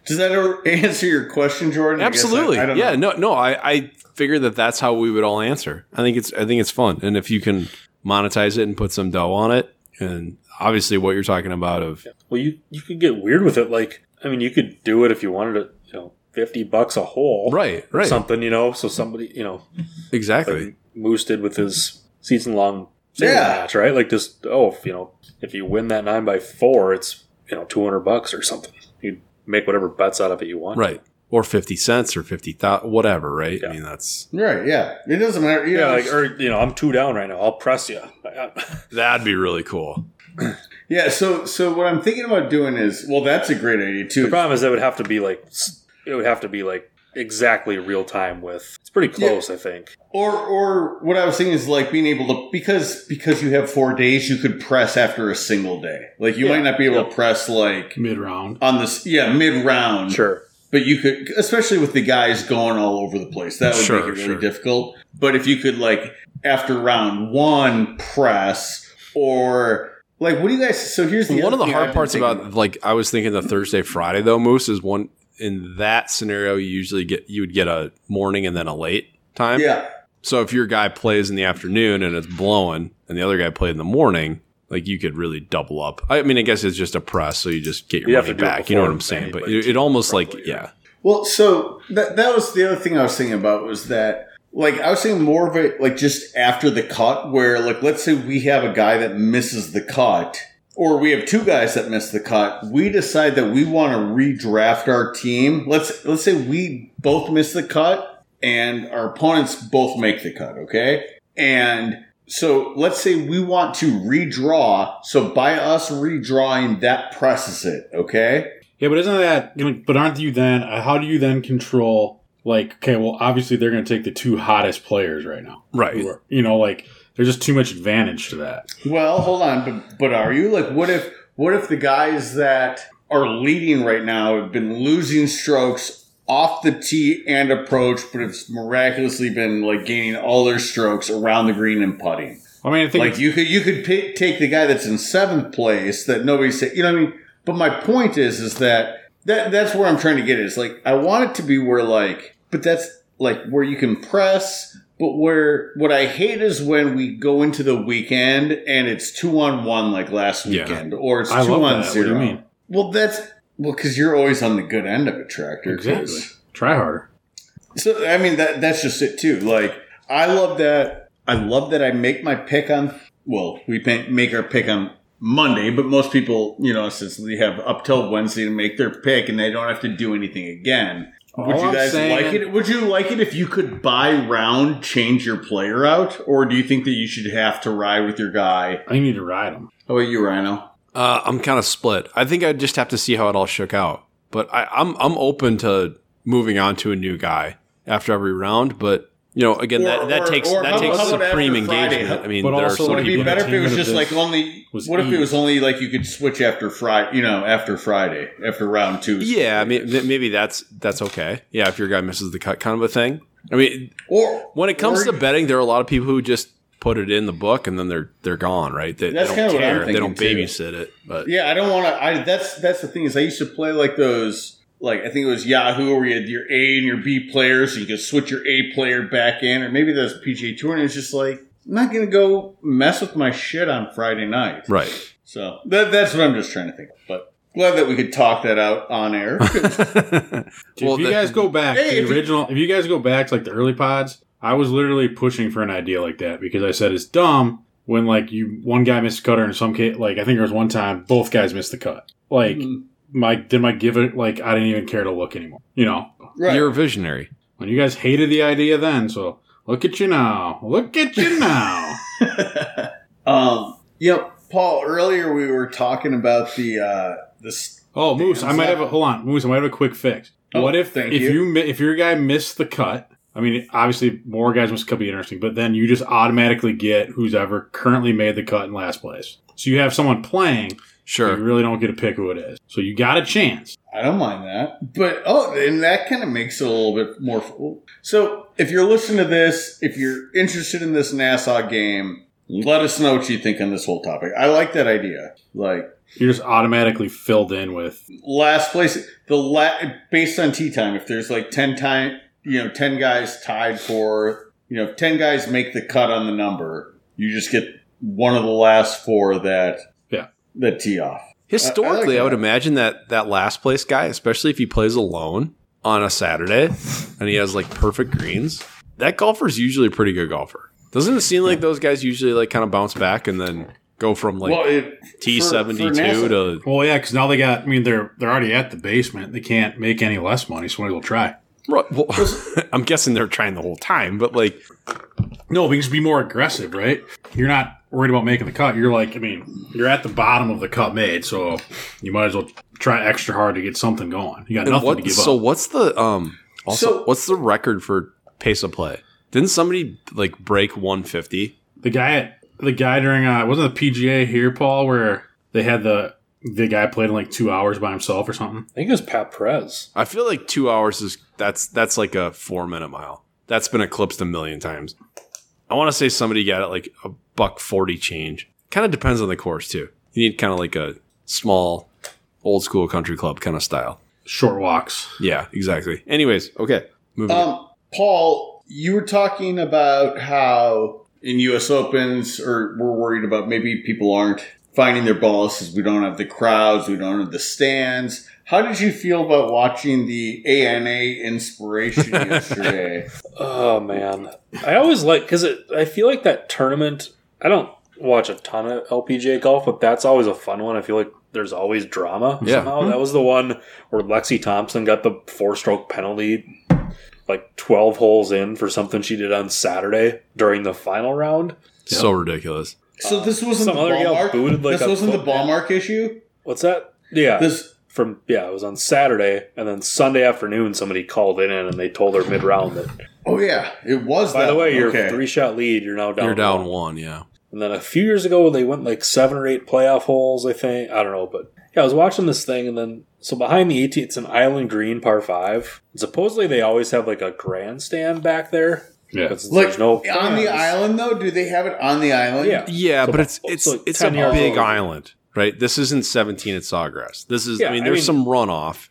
A: Does that ever answer your question, Jordan? I guess I-
D: Absolutely.
A: I don't know.
D: yeah. No. No. I I figure that that's how we would all answer. I think it's I think it's fun, and if you can monetize it and put some dough on it, and obviously what you're talking about of
E: well you you could get weird with it. Like I mean you could do it if you wanted it, you know, fifty bucks a hole.
D: right,
E: or
D: right,
E: Something, you know, so somebody you know
D: exactly.
E: like, Moose did with his season long singles
A: Yeah.
E: match, right? Like just oh, if, you know, if you win that nine by four, it's you know two hundred bucks or something. You make whatever bets out of it you want,
D: right? Or fifty cents or fifty thousand, whatever, right?
E: Yeah.
D: I mean, that's
A: Right, yeah. It doesn't matter. You
E: Yeah,
A: know,
E: like er- or you know, I'm two down right now. I'll press you.
D: that'd be really cool.
A: yeah, so so what I'm thinking about doing is well that's a great idea too.
E: The problem is that would have to be like s- it would have to be like exactly real time with. It's pretty close, I think.
A: Or or what I was thinking is like being able to because because you have four days, you could press after a single day. Like you
E: Yeah,
A: might not be able
E: yeah.
A: to press like
B: mid round.
A: on this yeah, mid round.
E: Sure.
A: But you could, especially with the guys going all over the place, that would
D: Sure,
A: make it really
D: sure.
A: difficult. But if you could, like, after round one, press or like, what do you guys? So here's the
D: One
A: other
D: of the
A: thing I've
D: hard
A: been
D: parts
A: thinking
D: about, like I was thinking the Thursday Friday though, Moose is one in that scenario you usually get you would get a morning and then a late time.
A: yeah,
D: So if your guy plays in the afternoon and it's blowing, and the other guy played in the morning, like you could really double up. I mean, I guess it's just a press, so you just get your
E: You'd have
D: money
E: to do it
D: back. You know what
E: before
D: I'm saying? But
E: anybody
D: it, it almost like
E: probably,
D: yeah,
A: Well, so that that was the other thing I was thinking about was that like I was thinking more of it like just after the cut where like let's say we have a guy that misses the cut or we have two guys that miss the cut we decide that we want to redraft our team let's let's say we both miss the cut and our opponents both make the cut okay and so let's say we want to redraw so by us redrawing that presses it okay
B: Yeah, but isn't that gonna? But aren't you then? uh, How do you then control? Like, okay, well, obviously they're gonna take the two hottest players right now.
D: right.
B: who are- You know, like there's just too much advantage to that.
A: Well, hold on, but but are you like what if what if the guys that are leading right now have been losing strokes off the tee and approach, but have miraculously been like gaining all their strokes around the green and putting?
B: I mean, I think
A: Like you could you could pick, take the guy that's in seventh place that nobody said you know what I mean. But my point is is that that that's where I'm trying to get is like I want it to be where like but that's like where you can press. But where what I hate is when we go into the weekend and it's two on one like last
D: Yeah.
A: weekend or it's
B: I
A: two
B: love
A: on
B: that. What do you
A: zero.
B: mean?
A: Well, that's well because you're always on the good end of a tractor. 'cause-
B: exactly try harder.
A: so I mean that that's just it too. Like I love that I love that I make my pick on well, we pa- make our pick on Monday, but most people, you know, since they have up till Wednesday to make their pick and they don't have to do anything again. Would
B: Oh, All
A: you
B: I'm
A: guys
B: saying-
A: like it? Would you like it if you could buy round change your player out, or do you think that you should have to ride with your guy?
B: I need to ride them.
A: How about you, Rhino?
D: Uh, I'm kind of split. I think I'd just have to see how it all shook out. But I, I'm I'm open to moving on to a new guy after every round. But you know, again, that,
A: Or-
D: that
A: or-
D: takes
A: or
D: that
A: how
D: takes
A: about- how about
D: supreme
A: after Friday?
D: engagement. I mean,
B: But
D: there are
B: also
D: so
A: Would it
D: many
A: be
B: the
A: better if it was
B: entertainment of
A: just like
B: this
A: only?
B: was
A: What if it
B: ease.
A: was only like you could switch after Friday? You know, after Friday, after round two.
D: Yeah, I mean, th- maybe that's that's okay. Yeah, if your guy misses the cut, kind of a thing. I mean,
A: Or
D: when it comes
A: Or-
D: to betting, there are a lot of people who just put it in the book and then they're they're gone, right? They, they
A: That's
D: don't
A: kinda what I'm
D: care. They don't
A: thinking, too.
D: babysit it. But
A: Yeah, I don't want to. I that's that's the thing is I used to play like those like I think it was Yahoo where you had your A and your B players, and you could switch your A player back in, or maybe that was PGA Tour, and it's just like I'm not gonna go mess with my shit on Friday night.
D: right.
A: So that that's what I'm just trying to think. Of. But glad that we could talk that out on air.
B: Dude,
D: Well,
B: if you
D: the-
B: guys go back to
A: Hey, if
B: the
A: you-
B: original, if you guys go back to like the early pods, I was literally pushing for an idea like that because I said it's dumb when like you one guy missed a cutter and some case like I think there was one time both guys missed the cut. Like
A: Mm,
B: my did my give it like I didn't even care to look anymore. You know,
A: right.
D: You're a visionary.
B: when you guys hated the idea then, so look at you now, look at you now.
A: um. Yep, Paul. Earlier we were talking about the uh this.
B: Oh, Moose, I
A: Damn,
B: might
A: Zach.
B: have a hold on, Moose. I might have a quick fix.
A: Oh,
B: what if
A: thank
B: if
A: you.
B: you. mi if your guy missed the cut? I mean, obviously more guys missed the cut would be interesting, but then you just automatically get who's ever currently made the cut in last place. So you have someone playing, but you
D: Sure.
B: really don't get to pick who it is. So you got a chance.
A: I don't mind that. But oh, and that kind of makes it a little bit more. So if you're listening to this, if you're interested in this Nassau game, let us know what you think on this whole topic. I like that idea. Like
B: You're just automatically filled in with.
A: last place, the la- based on tea time. If there's like ten time, you know, ten guys tied for, you know, if ten guys make the cut on the number, you just get one of the last four that
B: Yeah.
A: that tee off.
D: Historically, I,
A: I- I like
D: would
A: that.
D: imagine that that last place guy, especially if he plays alone on a Saturday and he has like perfect greens, that golfer's usually a pretty good golfer. Doesn't it seem like those guys usually like kind of bounce back and then go from like
A: well, it,
D: T seventy
A: for-
D: two
A: for NASA-
D: to
B: Well, yeah, because now they got. I mean, they're they're already at the basement. They can't make any less money, so maybe they'll try.
D: Right, well, I'm guessing they're trying the whole time, but like
B: No, we can just be more aggressive, right? You're not worried about making the cut. You're like, I mean, you're at the bottom of the cut made, so you might as well try extra hard to get something going. You got
D: And
B: nothing
D: what-
B: to give
D: so
B: up.
D: what's the um also
A: So-
D: what's the record for pace of play? Didn't somebody like break 150?
B: The guy, at, the guy during uh, wasn't the PGA here, Paul, where they had the the guy played in like two hours by himself or something.
C: I think it was Pat Perez.
D: I feel like 2 hours is that's that's like a 4 minute mile. That's been eclipsed a million times. I want to say somebody got it like a buck 40 change. Kind of depends on the course too. You need kind of like a small old school country club kind of style.
B: Short walks.
D: Yeah, exactly. Anyways, okay. Moving on.
A: Um, Paul, you were talking about how in U.S. Opens, or we're worried about maybe people aren't finding their balls because we don't have the crowds, we don't have the stands. How did you feel about watching the ANA Inspiration yesterday?
C: Oh man, I always like because I feel like that tournament. I don't watch a ton of LPGA golf, but that's always a fun one. I feel like there's always drama.
D: Yeah.
C: somehow. that was the one where Lexi Thompson got the four-stroke penalty, like twelve holes in for something she did on Saturday during the final round.
D: So ridiculous.
A: So this wasn't
C: Uh, some
A: the
C: other
A: ball
C: gal
A: mark.
C: booted, like,
A: this
C: a
A: wasn't the
C: foot-
A: ball mark issue.
C: What's that? Yeah,
A: This
C: from yeah, it was on Saturday, and then Sunday afternoon, somebody called in and they told her mid-round that.
A: oh yeah, it was.
C: By
A: that
C: the way,
A: one.
C: you're
A: Okay.
C: three-shot lead. You're now down.
D: You're down
C: one.
D: one, yeah.
C: And then a few years ago, they went like seven or eight playoff holes, I think. I don't know, but yeah, I was watching this thing, and then so behind the 18, it's an island green par five. Supposedly, they always have like a grandstand back there.
B: Yeah.
C: But since
A: like
C: there's no
A: on the
C: fans-
A: island though. Do they have it on the island?
C: Yeah.
D: Yeah,
C: So
D: but it's
C: about-
D: it's
C: so
D: it's a
C: 10 yards
D: big
C: over.
D: island, right? This isn't 17 at Sawgrass. This is
C: Yeah,
D: I mean
C: I
D: there's
C: mean-
D: some runoff.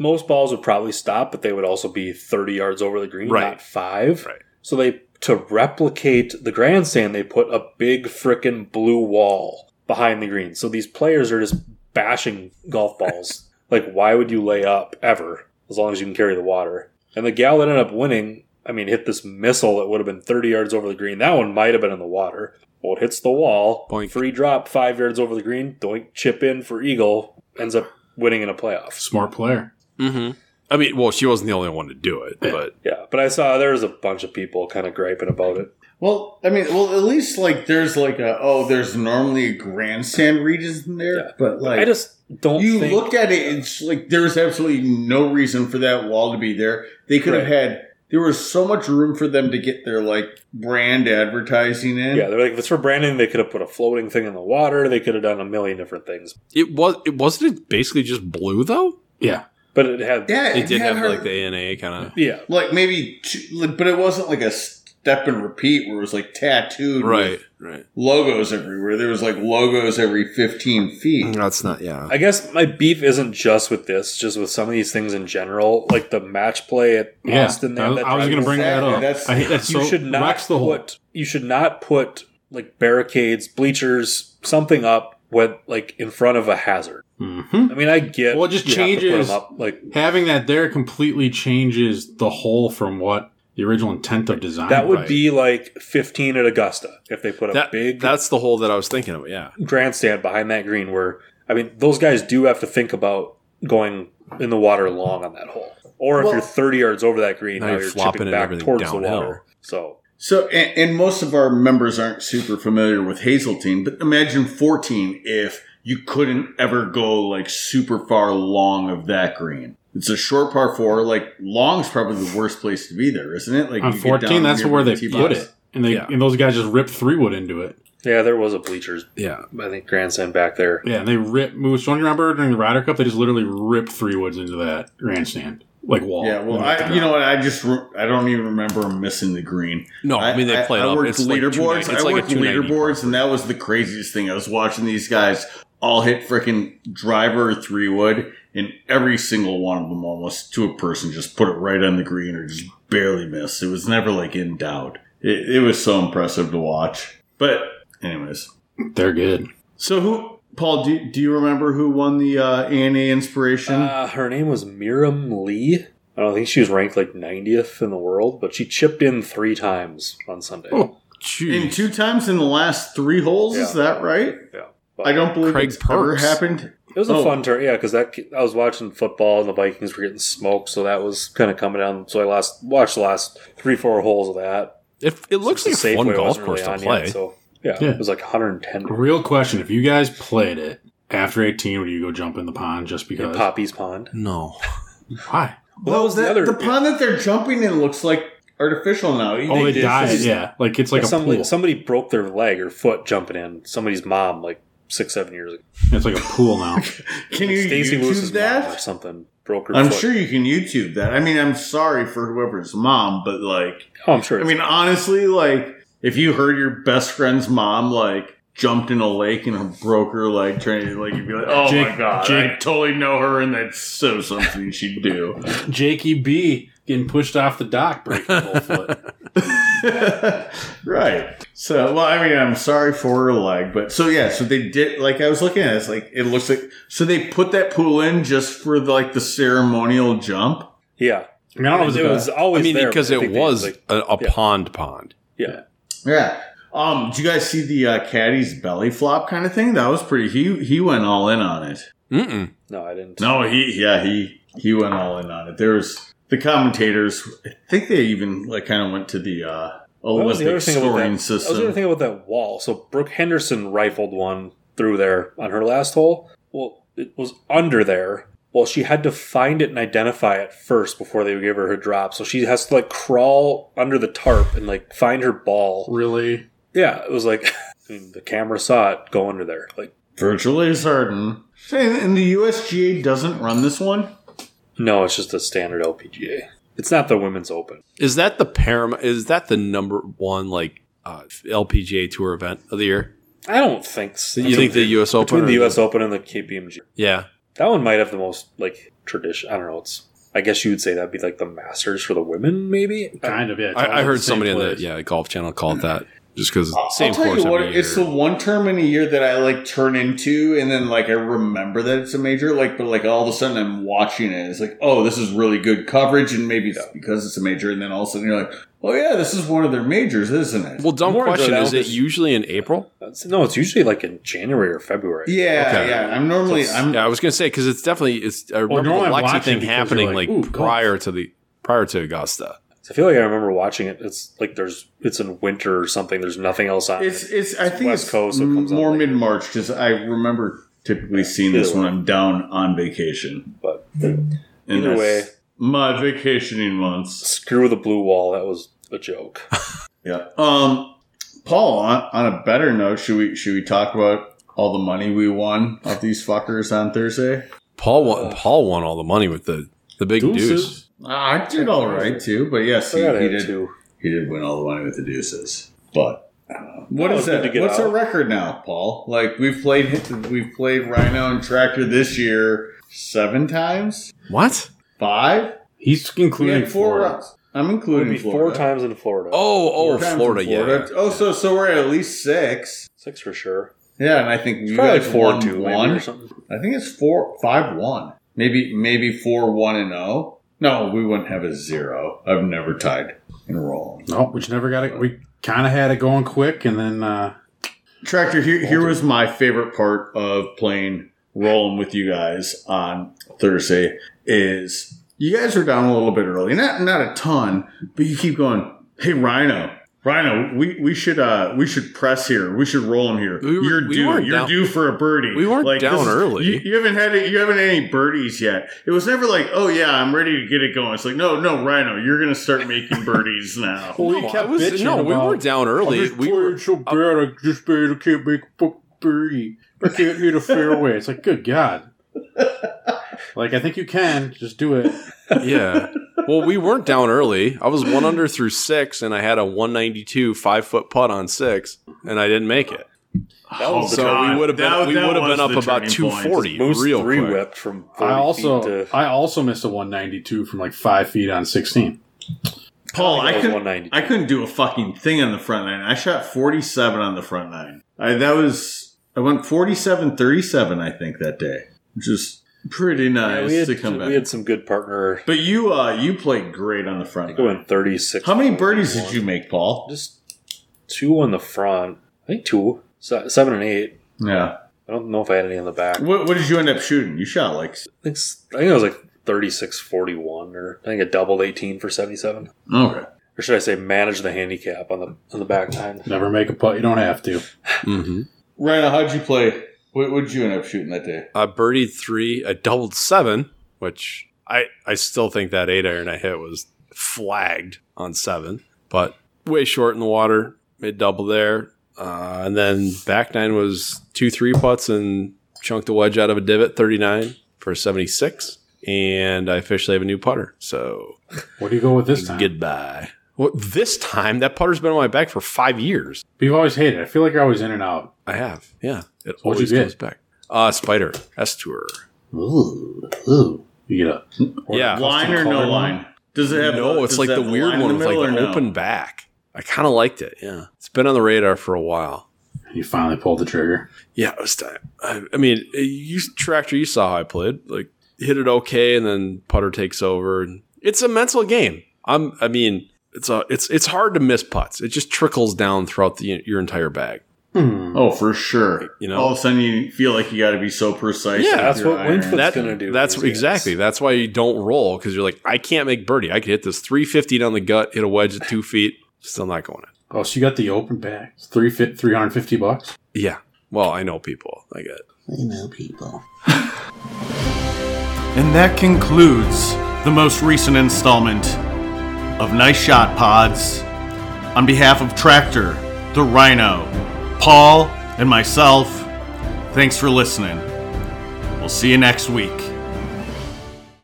C: Most balls would probably stop, but they would also be 30 yards over the green,
D: Right.
C: not five.
D: Right.
C: So they, to replicate the grandstand, they put a big frickin' blue wall behind the green. So these players are just bashing golf balls. like, why would you lay up ever as long as you can carry the water? And the gal that ended up winning, I mean, hit this missile that would have been 30 yards over the green. That one might have been in the water. Well, it hits the wall.
D: Boink.
C: Free drop, five yards over the green. Doink, chip in for Eagle. Ends up winning in a playoff.
B: Smart player.
D: Mm-hmm. I mean, well, she wasn't the only one to do it, but
C: Yeah, but I saw there was a bunch of people kind of griping about it.
A: Well, I mean, well, at least like there's like a oh, there's normally a grandstand regions in there,
C: Yeah.
A: but like
C: I just don't.
A: you
C: think,
A: looked at it, it's like there was absolutely no reason for that wall to be there. They could have
C: Right.
A: had there was so much room for them to get their like brand advertising in.
C: Yeah, they're like if it's for branding, they could have put a floating thing in the water. They could have done a million different things,
D: it was it wasn't it basically just blue though.
B: Yeah.
C: but it had.
A: yeah,
D: It did
A: had
D: have
A: her-
D: like the ANA kind of
C: Yeah,
A: like maybe, two, like, but it wasn't like a step and repeat where it was like tattooed with
D: right, right.
A: logos everywhere. There was like logos every fifteen feet.
D: That's not yeah.
C: I guess my beef isn't just with this, just with some of these things in general, like the match play at
B: Yeah.
C: Austin.
B: I, I was going to
C: driving-
B: bring that
A: Exactly,
B: up.
A: that's-
B: I hate that.
C: You
B: so
C: should not
B: wrecks the whole.
C: put. You should not put like barricades, bleachers, something up when like in front of a hazard.
B: Mhm.
C: I mean, I get.
B: Well, it just
C: you have to put 'em
B: changes-
C: up, like
B: having that there completely changes the whole from what the original intent of design.
C: That would
B: was.
C: be like 15 at Augusta if they put a
D: That,
C: big
D: that's the hole that I was thinking of. Yeah,
C: grandstand behind that green. Where I mean, those guys do have to think about going in the water long on that hole, or if
A: Well-
C: you're 30 yards over that green,
D: Now
C: now
D: you're
C: you're,
D: flopping
C: chipping
D: it
C: back
D: everything
C: towards the
D: downhill.
C: water. So
A: So, and, and most of our members aren't super familiar with Hazeltine, but imagine 14 if you couldn't ever go like super far long of that green. It's a short par four. Like long's probably the worst place to be there, isn't it? Like
B: on
A: you get
B: fourteen.
A: down
B: That's
A: near
B: where they
A: the tee
B: put
A: box.
B: it, and they
D: Yeah.
B: and those guys just ripped three wood into it.
C: yeah, there was a bleachers.
D: yeah.
C: I think grandstand back there.
B: Yeah, and they ripped moves. Don't you remember during the Ryder Cup they just literally ripped three woods into that grandstand like wall.
A: Yeah, well, I, you know what? I just re- I don't even remember missing the green.
D: No, Oh, I, mean they play it
A: I,
D: up.
A: worked
D: It's like two
A: leaderboards.
D: nights- it's
A: I
D: like a
A: worked
D: 290.
A: leaderboards, and that was the craziest thing. I was watching these guys all hit freaking driver three wood, and every single one of them, almost to a person, just put it right on the green or just barely missed. It was never like in doubt. It, it was so impressive to watch. But anyways,
B: they're good.
A: so who? Paul, do, do you remember who won the uh, ANA Inspiration?
C: Uh, her name was Miriam Lee. I don't think she was ranked like 90th in the world, but she chipped in three times on Sunday.
B: Oh.
D: Jeez.
A: In two times in the last three holes, is
C: Yeah.
A: that right?
C: Yeah.
A: I don't believe
D: Craig
A: it's ever
D: Perks.
A: happened.
C: It was a
A: Oh.
C: fun turn, yeah, because that I was watching football and the Vikings were getting smoked, so that was kind of coming down. So I last watched the last three, four holes of that.
D: it, it looks like
C: Since the
D: a fun
C: Safeway
D: golf
C: wasn't
D: course
C: really
D: to
C: on yet,
D: play.
C: so yeah,
B: Yeah.
C: it was like 110.
B: Real question: If you guys played it after eighteen, would you go jump in the pond just
C: in
B: because?
C: Poppy's Pond.
D: no.
B: Why?
A: Well,
C: that was the
A: that,
C: other-
A: the pond that they're jumping in looks like artificial now.
B: Oh, they
A: did-
B: died. Yeah, like it's like a
C: somebody,
B: pool.
C: somebody broke their leg or foot jumping in. Somebody's mom, like six, seven years ago.
B: It's like a pool now.
A: Can you
C: Stacey
A: YouTube
C: Lewis's mom or
A: that?
C: something broke her
A: I'm
C: foot.
A: sure you can YouTube that. I mean, I'm sorry for whoever's mom, but like,
C: Oh, I'm sure.
A: I mean, honestly, like, if you heard your best friend's mom, like, jumped in a lake and broke her leg trying to, like, you'd be like, oh my
B: Jake-
A: God, I
B: Jake-
A: totally know her, and that's so something she'd do.
B: Jakey B getting pushed off the dock, breaking the whole foot.
A: right. So, well, I mean, I'm sorry for her leg, but so yeah, so they did, like, I was looking at it, it's like, it looks like, so they put that pool in just for, like, the ceremonial jump.
C: yeah,
B: I mean, I don't know if it's
C: it
B: a-
C: was always
D: I mean,
C: there,
D: because
C: but I
D: it
C: think they
D: was
C: like-
D: a, a
C: yeah.
D: pond pond.
C: yeah,
A: Yeah. Um, did you guys see the uh, caddy's belly flop kind of thing? That was pretty. He he went all in on it.
D: Mm-mm.
C: no, I didn't.
A: No, he yeah he he went all in on it. There was the commentators. I think they even like kind of went to the uh,
C: That was the
A: Olympic
C: other thing about
A: scoring
C: that- That was the
A: system.
C: other thing about that wall. So Brooke Henderson rifled one through there on her last hole. Well, it was under there. Well, she had to find it and identify it first before they would give her her drop. So she has to like crawl under the tarp and like find her ball.
B: really.
C: Yeah, it was like I mean, the camera saw it go under there. Like
A: Virtually certain. And hmm. and the USGA doesn't run this one.
C: no, it's just a standard LPGA. It's not the women's open.
D: Is that the param? Is that the number one like uh, LPGA tour event of the year?
C: I don't think so.
D: You think the U.S. Open?
C: between the
D: or
C: U.S. Open and the KPMG.
D: Yeah.
C: That one might have the most like tradition. I don't know. It's I guess you would say that'd be like the Masters for the women, maybe.
B: Kind of, yeah. it's all
D: I, I
B: the
D: heard
B: same
D: somebody on the
B: place.
D: yeah Golf Channel call it that just because
A: I'll-
D: same
A: I'll tell
D: course
A: you what,
D: every
A: it's the
D: year.
A: one term in a year that I like turn into, and then like I remember that it's a major, like but like all of a sudden I'm watching it. It's like, oh, this is really good coverage, and maybe it's because it's a major, and then all of a sudden you're like, oh yeah, this is one of their majors, isn't it?
D: well, dumb
C: More than
D: question.
C: that,
D: Is it
C: just-
D: usually in April?
C: That's- no, it's usually like in January or February.
A: yeah,
D: okay.
A: yeah. I'm normally I'm
D: Yeah, I was gonna say because it's definitely it's. I remember
B: normally
D: the Lexi
B: watching
D: thing
B: because you're
D: happening
B: like,
D: like,
B: "Ooh, golf."
D: prior to the prior to Augusta.
C: So I feel like I remember watching it. It's like there's it's in winter or something. There's nothing else on.
A: it's
C: it.
A: it's I think
C: West
A: it's
C: Coast, so it comes out
A: more
C: later.
A: mid March because I remember typically seeing this when I'm down on vacation.
C: But
A: And
C: Either
A: that's
C: way.
A: my vacationing months.
C: screw the blue wall. That was a joke.
A: Yeah. Um, Paul, on, on a better note, should we should we talk about all the money we won off these fuckers on Thursday?
D: Paul won. Paul won all the money with the the big deuce.
B: Deuces.
A: I did all right too, but yes, he,
C: I gotta
A: he
C: have
A: did.
C: two.
A: He did win all the money with the deuces, but. I don't know. What
C: No, it's
A: is
C: good
A: that?
C: to get
A: What's our
C: out.
A: record now, Paul? Like we've played, we've played Rhino and Tractor this year seven times,
D: What?
A: five.
B: He's
A: We
B: including
A: had four.
B: Florida.
A: rounds. I'm
C: It would
A: including
C: be four
A: Florida.
C: times in Florida.
D: Oh,
A: Four
D: oh,
A: times in
D: Florida, Yeah.
A: Oh, so so we're at least six.
C: Six for sure.
A: Yeah, and I think you
C: Probably
A: guys
C: like four
A: won
C: two maybe
A: one.
C: or something.
A: I think it's four five one. Maybe maybe four one and oh. No, we wouldn't have a zero. I've never tied in roll.
B: No, which never got it. We kind of had it going quick, and then uh,
A: Tractor, here here was my favorite part of playing rolling with you guys on Thursday is you guys are down a little bit early. Not not a ton, but you keep going, hey Rhino. Rhino, we, we should uh we should press here. We should roll him here.
D: We were-
A: you're
D: we
A: due.
D: weren't
A: you're
D: down-
A: due for a birdie.
D: we weren't down
A: this is-
D: early.
A: You, you haven't had it. You haven't had any birdies yet. It was never like, oh yeah, I'm ready to get it going. It's like, no, no, Rhino, you're gonna start making birdies now.
B: we
D: No, I was, no, we were down early. We were
B: so bad. I just barely can't make three. I can't hit a fairway. It's like, good God. Like I think you can just do it.
D: yeah. Well, we weren't down early. I was one under through six, and I had a 192 five foot putt on six, and I didn't make it.
C: That was
A: Oh,
C: the
D: so
A: God.
D: we would have been
A: That-
D: we
A: that
D: would have
A: was
D: been up
A: the
D: about
A: turning point.
D: 240
C: Moose
D: real
C: three
D: quick.
C: whipped from. 40
B: I also
C: feet to,
B: I also missed a 192 from like five feet on 16.
A: Paul, I
C: that was
A: couldn't.
C: 190.
A: I couldn't do a fucking thing on the front nine. I shot 47 on the front nine. I, that was, I went 47 37, I think, that day, which is pretty
C: Yeah,
A: nice
C: we, had,
A: to come back.
C: we had some good partner.
A: but you, uh, you played great on the front
C: Go
A: nine.
C: in 36.
A: How many birdies did you make, Paul?
C: Just
E: two on the front. I think two, se- seven and eight.
A: Yeah.
E: I don't know if I had any on the back. I
A: What, what did you end up shooting? You shot like. s-
E: think, s- I think it was like 36 41, or I think it doubled 18 for 77.
A: Okay.
E: Or should I say, manage the handicap on the on the back nine?
B: Never make a putt. You don't have to.
D: Mm-hmm.
A: Ryan, how'd you play? What would you end up shooting that day?
D: I birdied Uh, three. I doubled seven, which I I still think that eight iron I hit was flagged on seven, but way short in the water. Mid double there, uh, and then back nine was two three putts and chunked the wedge out of a divot thirty nine for seventy six. And I officially have a new putter. So
B: What do you go with this time?
D: goodbye. Well, this time that putter's been on my back for five years.
B: But You've always hated. it. I feel like you're always in and out.
D: I have. Yeah. It
B: What'd
D: always
B: you get?
D: comes back. Uh Spider. S tour.
B: Ooh, ooh. You get a
D: Yeah.
A: Line or no
B: colored
A: line? Does it have?
D: no, it's
A: does
D: like
A: it
D: the
A: have a line
D: weird
A: in
D: one with like
A: middle
D: the
A: or no?
D: open back. I kind of liked it. Yeah, it's been on the radar for a while.
B: You finally pulled the trigger.
D: Yeah, it was time. I, I mean, uh, you tractor. You saw how I played. Like hit it okay, and then putter takes over. And It's a mental game. I'm. I mean, it's a. It's it's hard to miss putts. It just trickles down throughout the, your entire bag.
A: Oh, for sure.
D: You know?
A: all of a sudden you feel like you got to be so precise.
D: Yeah,
A: with
E: that's
A: your
E: what
A: iron.
E: Winfield-
D: That,
E: gonna do
D: that's
E: is, yes.
D: exactly. That's why you don't roll because you're like, I can't make birdie. I could hit this 350 down the gut, hit a wedge at two feet, still not going in.
B: Oh, so you got the open back. It's three fi- 350 bucks.
D: Yeah. Well, I know people. I get.
F: And that concludes the most recent installment of Nice Shot Pods. On behalf of Tractor, the Rhino, Paul, and myself, thanks for listening. We'll see you next week.